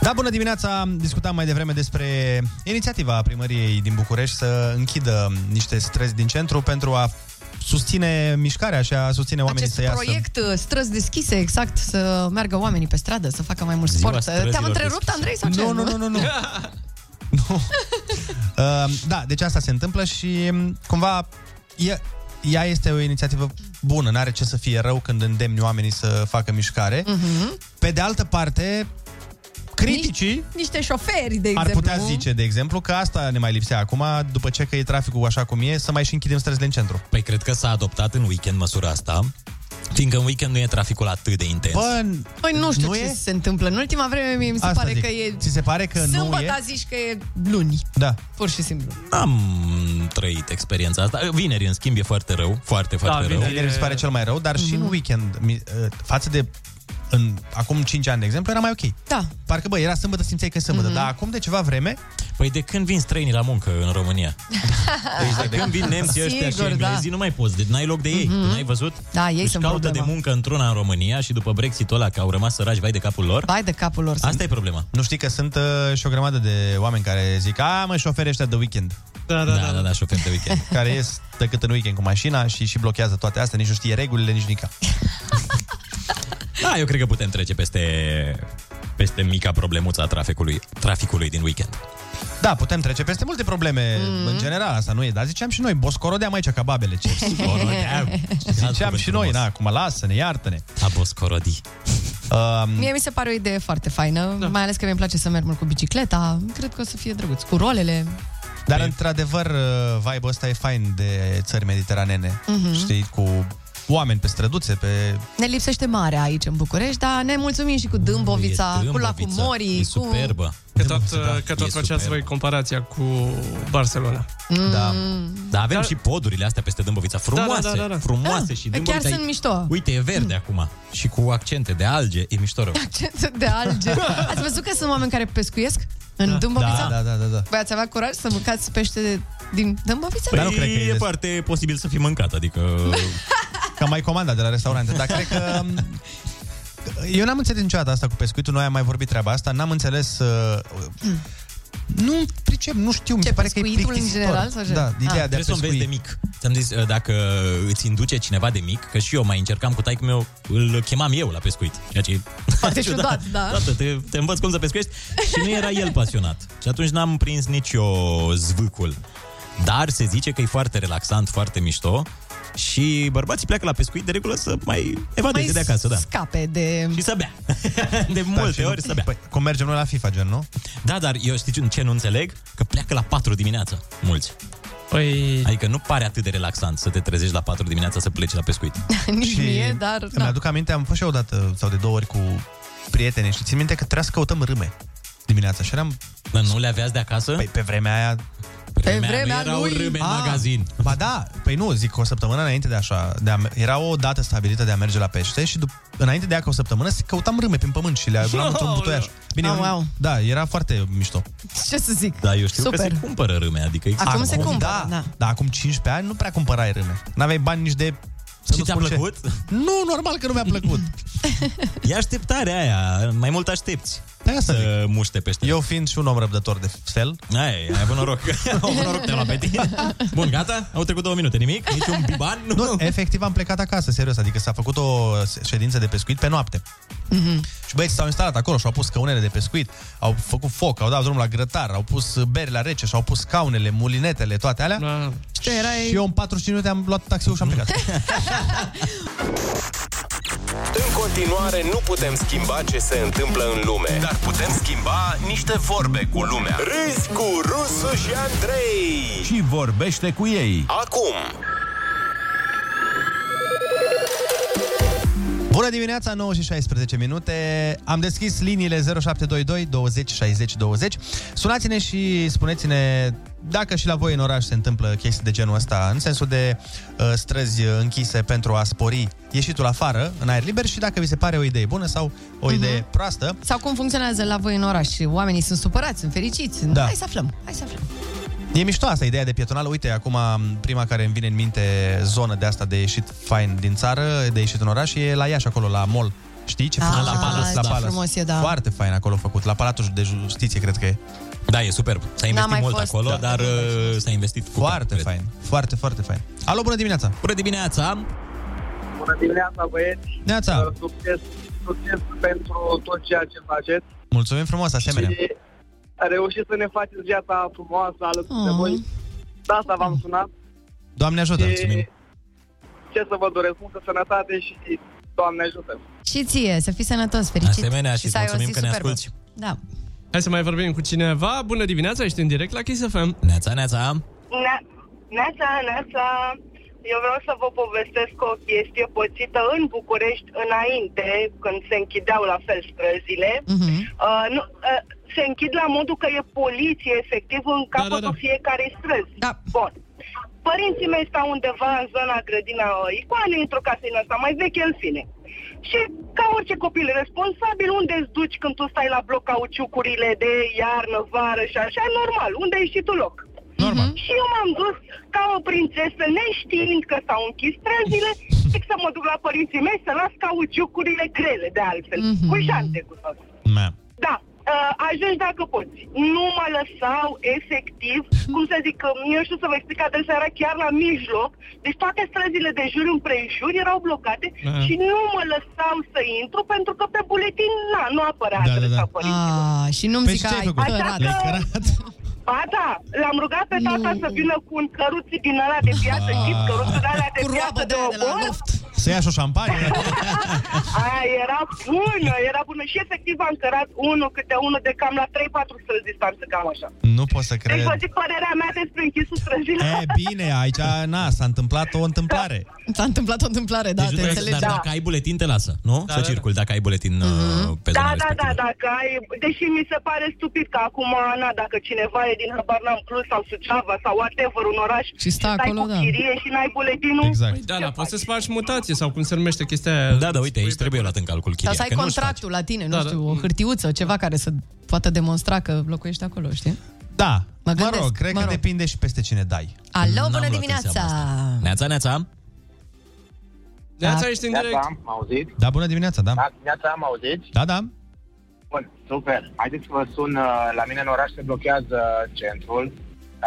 Da, bună dimineața! Discutam mai devreme despre inițiativa primăriei din București să închidă niște străzi din centru pentru a susține mișcarea și a susține oamenii Acest să iasă. proiect uh, străzi deschise, exact, să meargă oamenii pe stradă, să facă mai mult Ziua sport. Uh, străzilor Te-am întrerupt, deschise. Andrei, sau ce? Nu, nu, nu, nu, nu. Uh, da, deci asta se întâmplă și um, cumva e, ea este o inițiativă bună, n-are ce să fie rău când îndemni oamenii să facă mișcare. Mhm. Pe de altă parte, criticii Niște șoferi, de ar exemplu. putea zice, de exemplu, că asta ne mai lipsea acum, după ce că e traficul așa cum e, să mai și închidem străzile în centru. Păi cred că s-a adoptat în weekend măsura asta, fiindcă în weekend nu e traficul atât de intens. Bă, Păi nu știu Nu ce e? se întâmplă. În ultima vreme mie mi se Asta pare zic. că e... Ți se pare că nu Sâmbătă e? zici că e luni. Da. Pur și simplu. Am trăit experiența asta. Vineri, în schimb, e foarte rău. Foarte, foarte rău. Da, Vineri Mhm. mi se pare cel mai rău, dar și în Mhm. weekend, mi- uh, față de în, acum 5 ani, de exemplu, era mai ok. Da. Parcă, bă, era sâmbătă, simțeai că e sâmbătă, dar acum de ceva vreme... Păi de când vin străinii la muncă în România? Deci de când vin nemții ăștia și Sigur, englezii, da. nu mai poți, deci n-ai loc de ei, Mhm. n-ai văzut? Da, ei Își sunt caută problema. de muncă într-una în România și după Brexit-ul ăla, că au rămas săraci, vai de capul lor. Vai de capul lor. Asta e problema. Nu știi că sunt uh, și o grămadă de oameni care zic, a, mă, șoferi ăștia de weekend. Da, da, da, da, da șoferi de weekend. care ies decât în weekend cu mașina și și blochează toate astea, nici nu știe regulile, nici nica. Da, eu cred că putem trece peste peste mica problemuța traficului, traficului din weekend. Da, putem trece peste multe probleme Mm. mm-hmm. în general, asta nu e, dar ziceam și noi, boscorodeam aici ca babele, ce boscorodeam. ziceam și noi, na, acum lasă-ne, iartă-ne. A boscorodi. Um, Mie mi se pare o idee foarte faină, da. mai ales că mi-e place să merg mult cu bicicleta. Cred că o să fie drăguț. Cu rolele. Păi- Dar, într-adevăr, uh, vibe-ul ăsta e fain de țări mediteranene. Mhm. Mm-hmm. Știi, cu oameni pe străduțe, pe... Ne lipsește mare aici în București, dar ne mulțumim și cu Dâmbovița, cu Lacul Morii, cu... Că tot, uh, că tot faceați voi comparația cu Barcelona. Mm. Da. Dar avem și podurile astea peste Dâmbovița, frumoase, da, da, da, da. frumoase și Chiar Dâmbovița sunt e... mișto. Uite, e verde acum și cu accente de alge, e mișto Da, rău. Accent de alge. Ați văzut că sunt oameni care pescuiesc în Dâmbovița? Da, da, da, da. Voi ați avea curaj să mâncați pește de- din Dâmbovița? Păi, Dar nu cred că e, e foarte posibil să fii mâncat, adică... Ca mai comanda de la restaurante, dar cred că... um, Eu n-am înțeles niciodată asta cu pescuitul, noi am mai vorbit treaba asta, n-am înțeles... Uh, nu pricep, nu știu, mi se pare că e pescuitul în plictisitor. general sau ce? Da, ideea de a Ah, Trebuie să o înveți pescui. de mic. Ți-am zis, uh, dacă îți induce cineva de mic, că și eu mai încercam cu taicul meu, îl chemam eu la pescuit. Ceea ce e Foarte ciudat, da. Toată, te, te învăț cum să pescuiești și nu era el pasionat. Și atunci n-am prins nici eu zvâcul. Dar se zice că e foarte relaxant, foarte mișto și bărbații pleacă la pescuit de regulă să mai evadeze de acasă, da. scape de... Și să bea. De multe ori să bea. Păi, cum mergem noi la FIFA, gen, nu? Da, dar eu știi ce nu înțeleg? Că pleacă la 4 dimineața, mulți. Păi... Adică nu pare atât de relaxant să te trezești la 4 dimineața să pleci la pescuit. Nici Și mie, dar... Îmi aduc aminte, am fost și eu odată sau de două ori cu prieteni și țin minte că trebuia să căutăm râme dimineața și eram... Dar nu le aveați de acasă? Păi pe vremea aia... Ah, Pe vremea vremea nu erau lui. râme în magazin. Ba da, păi nu, zic că o săptămână înainte de așa, de a, me- era o dată stabilită de a merge la pește și dup- înainte de ea ca o săptămână se căutam râme prin pământ și le luam într-un butoiaș. Bine, Aoleu. eu- da, era foarte mișto. Ce să zic? Da, eu știu că Super. se cumpără râme, adică Acum, se cumpără, da, da. da, acum 15 ani nu prea cumpărai râme. N-aveai bani nici de... Și ți-a plăcut? Nu, normal că nu mi-a plăcut. E așteptarea aia, mai mult aștepți. Da, să să muște pește. Eu fiind și un om răbdător de fel. Ai, ai avut noroc. Au avut noroc, te-am luat pe tine. Bun, gata? Au trecut două minute, nimic? Nici un biban? Nu. Nu, efectiv am plecat acasă, serios, adică s-a făcut o ședință de pescuit pe noapte. Mhm. Și băieții s-au instalat acolo și au pus căunele de pescuit, au făcut foc, au dat drumul la grătar, au pus beri la rece și au pus scaunele, mulinetele, toate alea. Da. Și, erai... și eu în 45 minute am luat taxiul și am plecat. În continuare nu putem schimba ce se întâmplă în lume, dar putem schimba niște vorbe cu lumea. Râzi cu Rusu și Andrei. Și vorbește cu ei. Acum. Bună dimineața, 9 și 16 minute. Am deschis liniile 0722 20 60 20. Sunați-ne și spuneți-ne dacă și la voi în oraș se întâmplă chestii de genul ăsta, în sensul de uh, străzi uh, închise pentru a spori ieșitul afară, în aer liber, și dacă vi se pare o idee bună sau o idee proastă. Sau cum funcționează la voi în oraș? Oamenii sunt supărați, sunt fericiți. Da. Hai să aflăm, hai să aflăm. E mișto asta, ideea de pietonală. Uite, acum prima care îmi vine în minte zonă de asta de ieșit fain din țară, de ieșit în oraș, e la Iași, acolo, la mall. Știi ce Ah, frumos la Palace, la ce Palace. frumos e, da. Foarte fain acolo făcut, la Palatul de Justiție, cred că e. Da, e superb. S-a investit mai mult fost. acolo, Da. dar uh, s-a investit Foarte fain, foarte, foarte fain. Alo, bună dimineața! Bună dimineața! Bună dimineața, băieți! Uh, Neața! Succes, succes pentru tot ceea ce faceți. Mulțumim frumos, asemenea. Și reușiți să ne faceți viața frumoasă alături de voi. De asta v-am sunat. Oh. Doamne ajută! Mulțumim! Ce să vă doresc? Multă sănătate și Doamne ajută! Și ție, să fii sănătos, fericit. Asemenea, și să ai o mulțumim zi că ne superbă. asculti. Da. Hai să mai vorbim cu cineva. Bună dimineața, ești în direct la Kiss FM. Neața, neața. Ne- Neața, neața, eu vreau să vă povestesc o chestie pățită în București înainte, când se închideau la fel străzile. Uh, nu, uh, se închid la modul că e poliție efectiv în capătul da, da, da. fiecarei străzi. Da. Bun. Părinții mei stau undeva în zona grădina uh, icoanei, într-o casă din asta mai veche, în fine. Și ca orice copil responsabil, unde îți duci când tu stai la bloc cauciucurile de iarnă, vară și așa, normal, unde ai ieșit tu loc. Normal. Și eu m-am dus ca o prințesă, neștiind că s-au închis străzile, zic să mă duc la părinții mei să las cauciucurile grele, de altfel, mm-hmm. cu jante cu tot. Da. Uh, ajungi dacă poți. Nu mă lăsau efectiv, cum să zic, că eu știu să vă explic, adresa era chiar la mijloc, deci toate străzile de jur împrejur erau blocate Aha. și nu mă lăsau să intru pentru că pe buletin, na, nu apărea da, adresa da, da. Ah, și nu-mi zic că ai cărat. Ba da, l-am rugat pe tata să vină cu un căruț din ăla de piață, știți, căruțul ăla de piață Ah. de, de la loft. Să ia și o șampanie. Aia era bună, era bună și efectiv am cărat unul câte unul de cam la 3-4 străzi distanță, cam așa. nu pot să Deci cred. vă zic părerea mea despre închisul străzilor. E, bine, aici, na, s-a întâmplat o întâmplare. S-a întâmplat o întâmplare, da, Deci nu te trebuie să- înțelegi. Dar dacă ai buletin, te lasă, nu? Da, Să circul, dacă ai buletin uh, pe da, zona da, respectivă. da, dacă ai, deși mi se pare stupid că acum, Ana, dacă cineva e din habar n-am Cluj sau Suceava sau whatever, un oraș și stai acolo, cu da. chirie și n-ai buletinul, Exact. Păi, da, da, poți să-ți faci mutație sau cum se numește chestia aia. Exact. Da, da, uite, aici trebuie luat în calcul Sau să ai contractul la tine, nu Da, da. știu, o hârtiuță, ceva care să poată demonstra că locuiești acolo, știi? Da, Mă mă, gândesc, rog, cred mă că rog. depinde și peste cine dai. Alo, N-am bună luat în dimineața! seama Neața, neața! Neața, ești în direct. Am auzit? Da, bună dimineața, da. Da, dimineața am auzit? Da, da. Bun, super. Haideți să vă sun, uh, la mine în oraș se blochează centrul.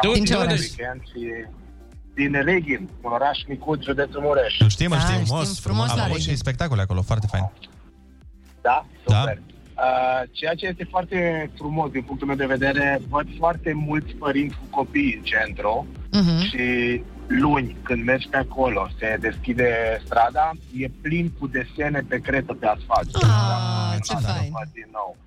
De unde- Am de fost unde în ești? weekend și din Reghin, un oraș micuț, județul Mureș. Nu știm, mă, Da, Da, știm, frumos, frumos, frumos. la Am avut Reghin. și spectacole acolo, foarte fain. Da? Da. Super. Uh, ceea ce este foarte frumos din punctul meu de vedere, văd foarte mulți părinți cu copii în centru Mhm. și luni când mergi pe acolo, se deschide strada, e plin cu desene pe cretă pe asfalt. Ah, ce fain. Din nou.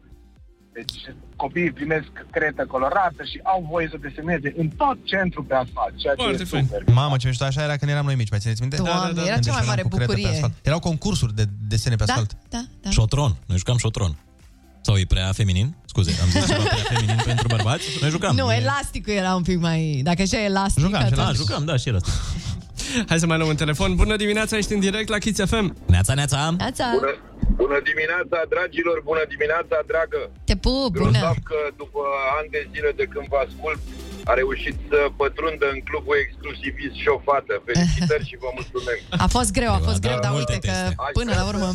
Deci copiii primesc cretă colorată și au voie să deseneze în tot centrul pe asfalt, ceea ce e super. Mamă, ce mișto, așa era când eram noi mici, mai țineți minte? Doamne, Da, da, da. era Când cea mai desenam mare cu crete pe bucurie. asfalt. Erau concursuri de desene pe Da, asfalt. da, da. Șotron, noi jucam șotron. Sau e prea feminin? Scuze, am zis ceva prea feminin pentru bărbați? Noi jucam. Nu, E- elasticul era un pic mai... Dacă așa e elastic, atunci- da, și era Hai să mai luăm un telefon. Bună dimineața, ești în direct la Kids FM. Neața, neața. Neața. Bună, bună dimineața, dragilor, bună dimineața, dragă. Da. Te pup, bună! Grozav că după ani de zile de când vă ascult, a reușit să pătrundă în clubul exclusivist și o fată. Felicitări și vă mulțumim. A fost greu, a fost greu, dar multe uite că teste. până la urmă...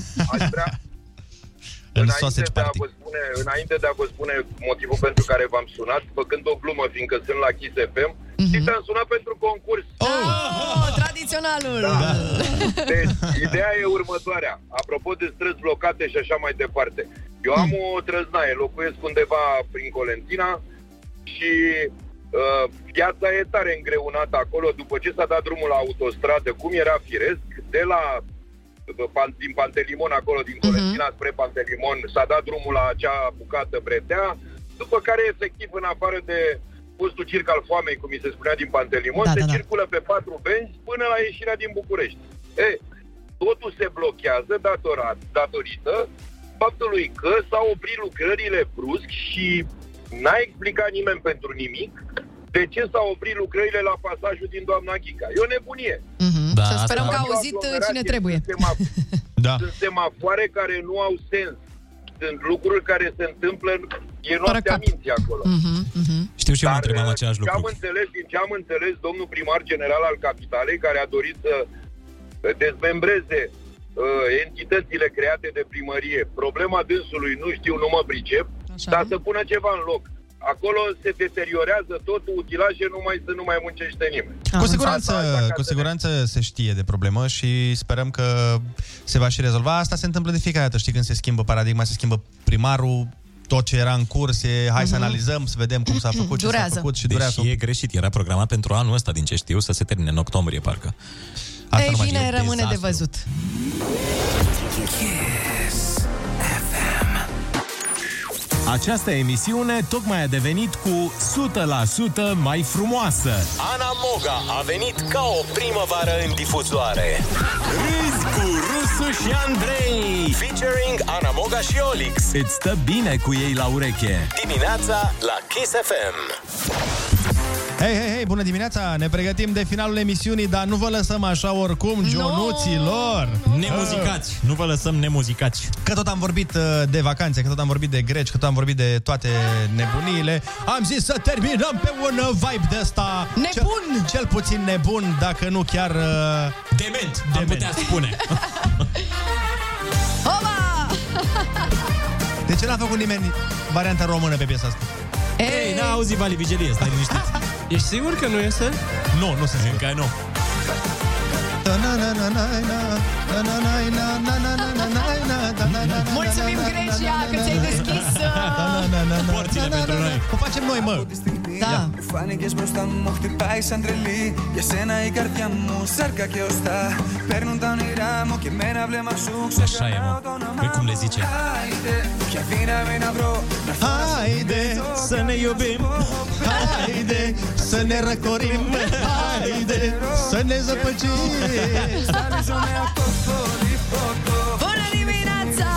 Înainte de, a vă spune, înainte de a vă spune motivul pentru care v-am sunat, făcând o glumă, fiindcă sunt la Kiss FM, mm-hmm. și te-am sunat pentru concurs. Oh, tradiționalul! Deci, ideea e următoarea. Apropo de străzi blocate și așa mai departe. Eu am o trăznaie, locuiesc undeva prin Colentina și uh, viața e tare îngreunată acolo. După ce s-a dat drumul la autostradă, cum era firesc, de la uh, pan- din Pantelimon acolo, Mhm. din Colentina spre Pantelimon, s-a dat drumul la acea bucată bretea, după care, efectiv, în afară de fostul circ al foamei, cum mi se spunea din Pantelimon, Da, se da, da. circulă pe patru benzi până la ieșirea din București. E, totul se blochează datorat, datorită faptului că s-au oprit lucrările brusc și n-a explicat nimeni pentru nimic de ce s-au oprit lucrările la pasajul din Doamna Ghica. E o nebunie. Da, Să sperăm asta- că a auzit uh, cine trebuie. Da. Sunt semafoare care nu au sens. Sunt lucruri care se întâmplă, în- e noaptea minții acolo. Mhm, mhm. Știu și eu mă întrebam uh, același Ce lucru. am înțeles, din ce am înțeles, domnul primar general al capitalei, care a dorit să dezmembreze uh, entitățile create de primărie, problema dânsului, nu știu, nu mă pricep, Așa. dar să pună ceva în loc. Acolo se deteriorează totul, utilaje numai să nu mai muncește nimeni. Cu siguranță, cu siguranță se știe de problemă și sperăm că se va și rezolva. Asta se întâmplă de fiecare dată, știi, când se schimbă paradigma, se schimbă primarul, tot ce era în curs, e, hai să Mhm. analizăm, să vedem cum s-a făcut, ce s-a făcut și durează. Deși e greșit, era programat pentru anul ăsta, din ce știu, să se termine în octombrie, parcă. Ei bine, rămâne de văzut. Această emisiune tocmai a devenit cu 100% mai frumoasă. Ana Moga a venit ca o primăvară în difuzoare. Râzi cu Rusu și Andrei Featuring Ana Moga și Olix. Îți stă bine cu ei la ureche. Dimineața la Kiss FM. Hei, hei, hei, bună dimineața! Ne pregătim de finalul emisiunii, dar nu vă lăsăm așa oricum, gionuților! Ah. Nemuzicați, nu vă lăsăm nemuzicați. Că tot am vorbit uh, de vacanțe, că tot am vorbit de greci, că tot am vorbit de toate nebuniile, am zis să terminăm pe un uh, vibe de ăsta... Nebun! Cel, cel puțin nebun, dacă nu chiar... Uh, dement, dement, am putea spune. Oba! Deci ce n-a făcut nimeni varianta română pe piesa asta? Ei, n-a auzit Vali Vigelie, stai liniștit. Ești sigur că nu este? Nu, nu sunt sigur că nu. Mulțumim, Grecia, că ți-ai deschis Porțile pentru noi. O facem noi, mă. Da. Μου φάνηκες μπροστά μου, μου χτυπάει σαν τρελή. Για σένα η καρδιά μου, σάρκα και οστά. Παίρνουν τα όνειρά μου και με ένα βλέμμα σου Așa e, ξεχνάω mă. το όνομα. Păi cum le zice? Άιντε, ποια δύναμη να βρω. Να έρθω να σε Haide să ne iubim Haide să ne răcorim Haide să ne zăpăcim Bună dimineața!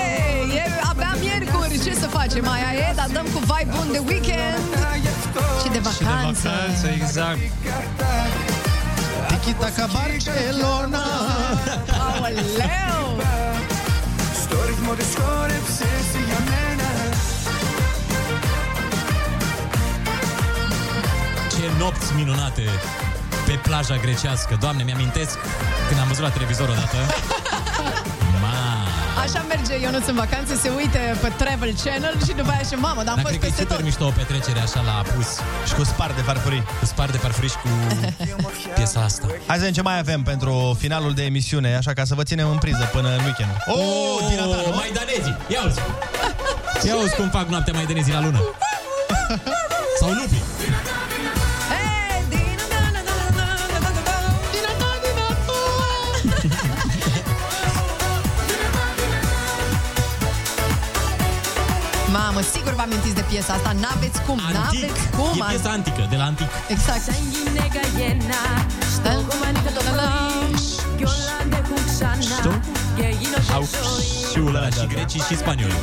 Ei, e abia miercuri, ce să facem? Aia e, dar dăm cu vibe bun de weekend Și și de de vacanță. vacanță, exact. Tiki-taka Barcelona Aoleu! Στο ρυθμό της χόρεψης για μένα Ce nopți minunate pe plaja grecească. Doamne, mi-amintesc când am văzut la televizor odată. Ma, Așa merge Ionuț în vacanță, se uite pe Travel Channel și după aia și mamă, dar am dar fost cred că e peste super tot. mișto o petrecere așa la apus. Și cu spar de farfurii. Cu spar de farfurii și cu piesa asta. Hai să vedem ce mai avem pentru finalul de emisiune Așa ca să vă ținem în priză până în weekend Oh, oh maidanezii! Ia uzi! Ia uzi cum fac noaptea maidanezii la lună. Sau lupii. Mamă, sigur vă amintiți de piesa asta, n-aveți cum, Antic. n-aveți cum. E piesa antică, de la antic. Exact. Stă. Știu? Au șiul ăla și grecii și spaniolii.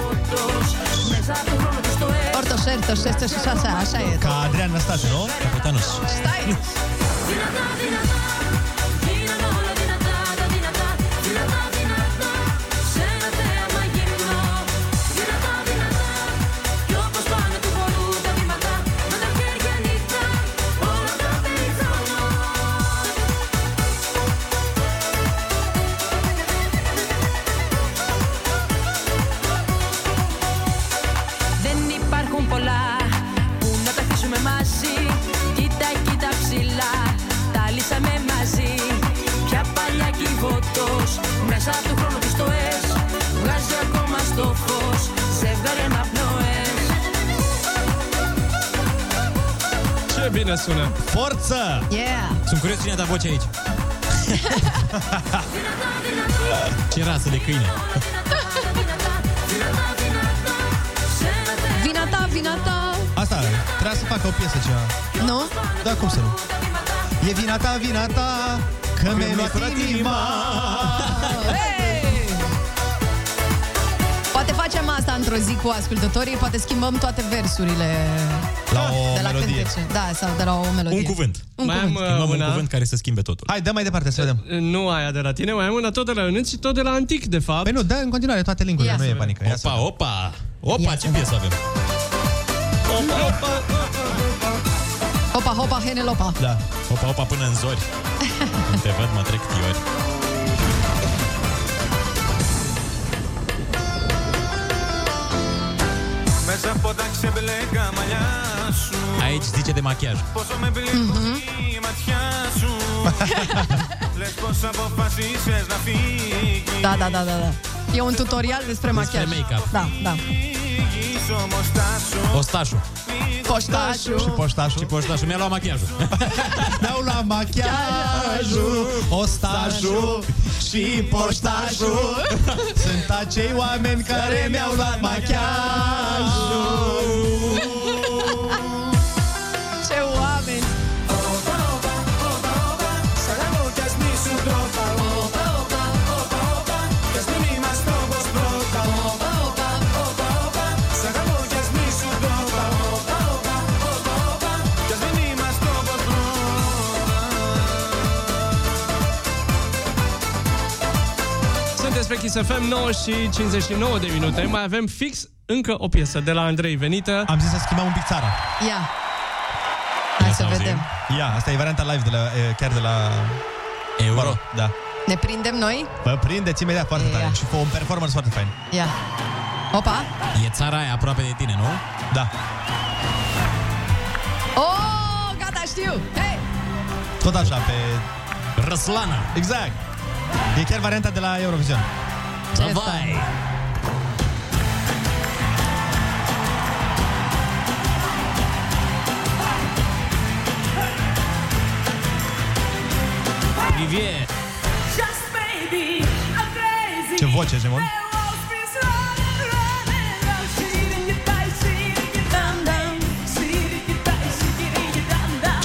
Orto, șerto, șerto și așa, așa e. Ca Adrian Năstase, nu? Capitanus. Stai! Δεν υπάρχουν πολλά που να τα αφήσουμε μαζί Κοίτα, κοίτα ψηλά, τα λύσαμε μαζί Πια παλιά κυβωτός, μέσα του χρόνου της τοές Βγάζει ακόμα στο φως, σε βγάζει αναπνοές Ce bine sună! Forță! Yeah! Sunt curios cine a dat voce aici. Ce rasă de câine. Vina ta, vina ta! Asta, trebuia să facă o piesă ceva Nu? Da, cum să nu? E vina ta, vina ta Că mi-ai luat inima Hey! Poate facem asta într-o zi cu ascultătorii, poate schimbăm toate versurile La de la cântece. Da, sau de la o melodie. Un cuvânt. Un Mai cuvânt. am, uh, Schimbăm un una. cuvânt care să schimbe totul. Hai, dă mai departe să vedem Nu aia de la tine, mai am una tot de la Ionuț și tot de la Antic, de fapt. Păi nu, da, în continuare, toate linkurile, Ia nu să e vedem. panică, ia să Opa, opa! Opa, ce piesă avem? Hopa, hopa, henelopa. Da. Opa, opa, până în zori. Când te văd, mă trec fiori. Μέσα από τα ξεμπλέκα μαλλιά σου Aici zice de machiaj. Πόσο με πληγωνει η ματιά σου Λες πως αποφασίσες να φύγεις Da, da, da, da, da. E un tutorial Despre despre machiaj. make-up. Da, da. Φύγεις όμως τάσου Ostașul. Poștașul. Și poștașul. Și poștașul. Mi-a luat machiajul. Dau la machiajul, ostașul și poștașul Sunt acei oameni care mi-au luat machiajul Ce oameni! Sunteți pe Kiss FM 9 și 59 de minute. Mai avem fix încă o piesă de la Andrei venită. Am zis să schimbăm un pic țara. Ia. Hai să vedem. Ia, asta e varianta live de la, e, chiar de la... Euro? da. Ne prindem noi? Păi Vă prindeți imediat foarte tare și cu un performance foarte fain. Ia. Opa! E țara aia aproape de tine, nu? Da. Oh, gata, știu! Hei! Tot așa, pe... Răslana. Exact. E chiar varianta de la Eurovision. Ce Vai! Privie! Ce voce, Gemon?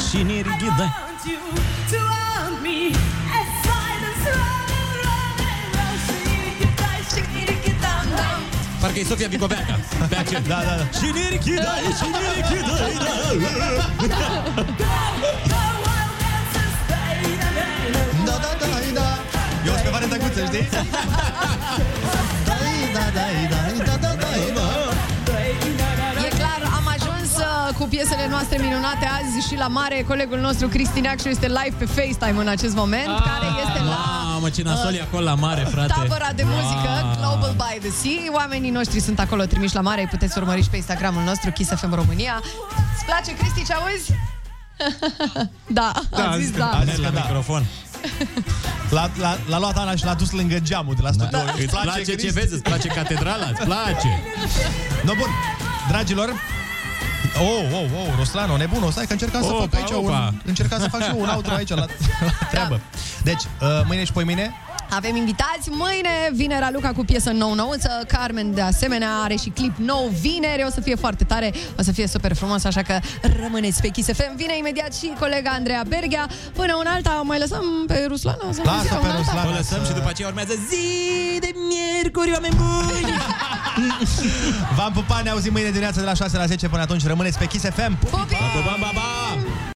Și ne righidai. Parcă e Sofia Bicobeaca. Pe accent. Da, da, da. Și ne righidai, și ne righidai, da, da. Da, da, da, da. Eu sunt pe varianta guță, știi? E clar, am ajuns uh, cu piesele noastre minunate azi și la mare. Colegul nostru, Cristi Neacșu, este live pe FaceTime în acest moment, care este la Mamă, ce nasol e acolo la mare, frate. tavăra de muzică Wow. Global by the Sea. Oamenii noștri sunt acolo trimiși la mare. Îi puteți urmări și pe Instagramul nostru, Kiss FM România. Îți place, Cristi, ce auzi? da, da, a zis da. A zis că da. microfon. L-a, l-a, l-a luat Ana și l-a dus lângă geamul de la studio. Da. Îți place ce Cristi? vezi? Îți place catedrala? Îți place? No, bun. Dragilor, Oh, oh, oh, Roslano, nebun, o stai că încercam să Opa, fac aici opa. un... Încercam să fac și eu un outro aici la, la treabă. Deci, uh, mâine și poi mâine, Avem invitați mâine, vineri Luca cu piesă nou nouță, Carmen de asemenea are și clip nou vineri, o să fie foarte tare, o să fie super frumos, așa că rămâneți pe Kiss FM. Vine imediat și colega Andreea Berghea. Până un alta, mai lăsăm pe Ruslana? Sau Lasă ziua, pe un alta? Ruslana O lăsăm să- și după aceea urmează zi de miercuri, oameni buni! v-am pupat, ne auzim mâine dimineața de la 6 la 10, până atunci rămâneți pe Kiss FM. Pupi! Pa, pa, pa, pa, pa!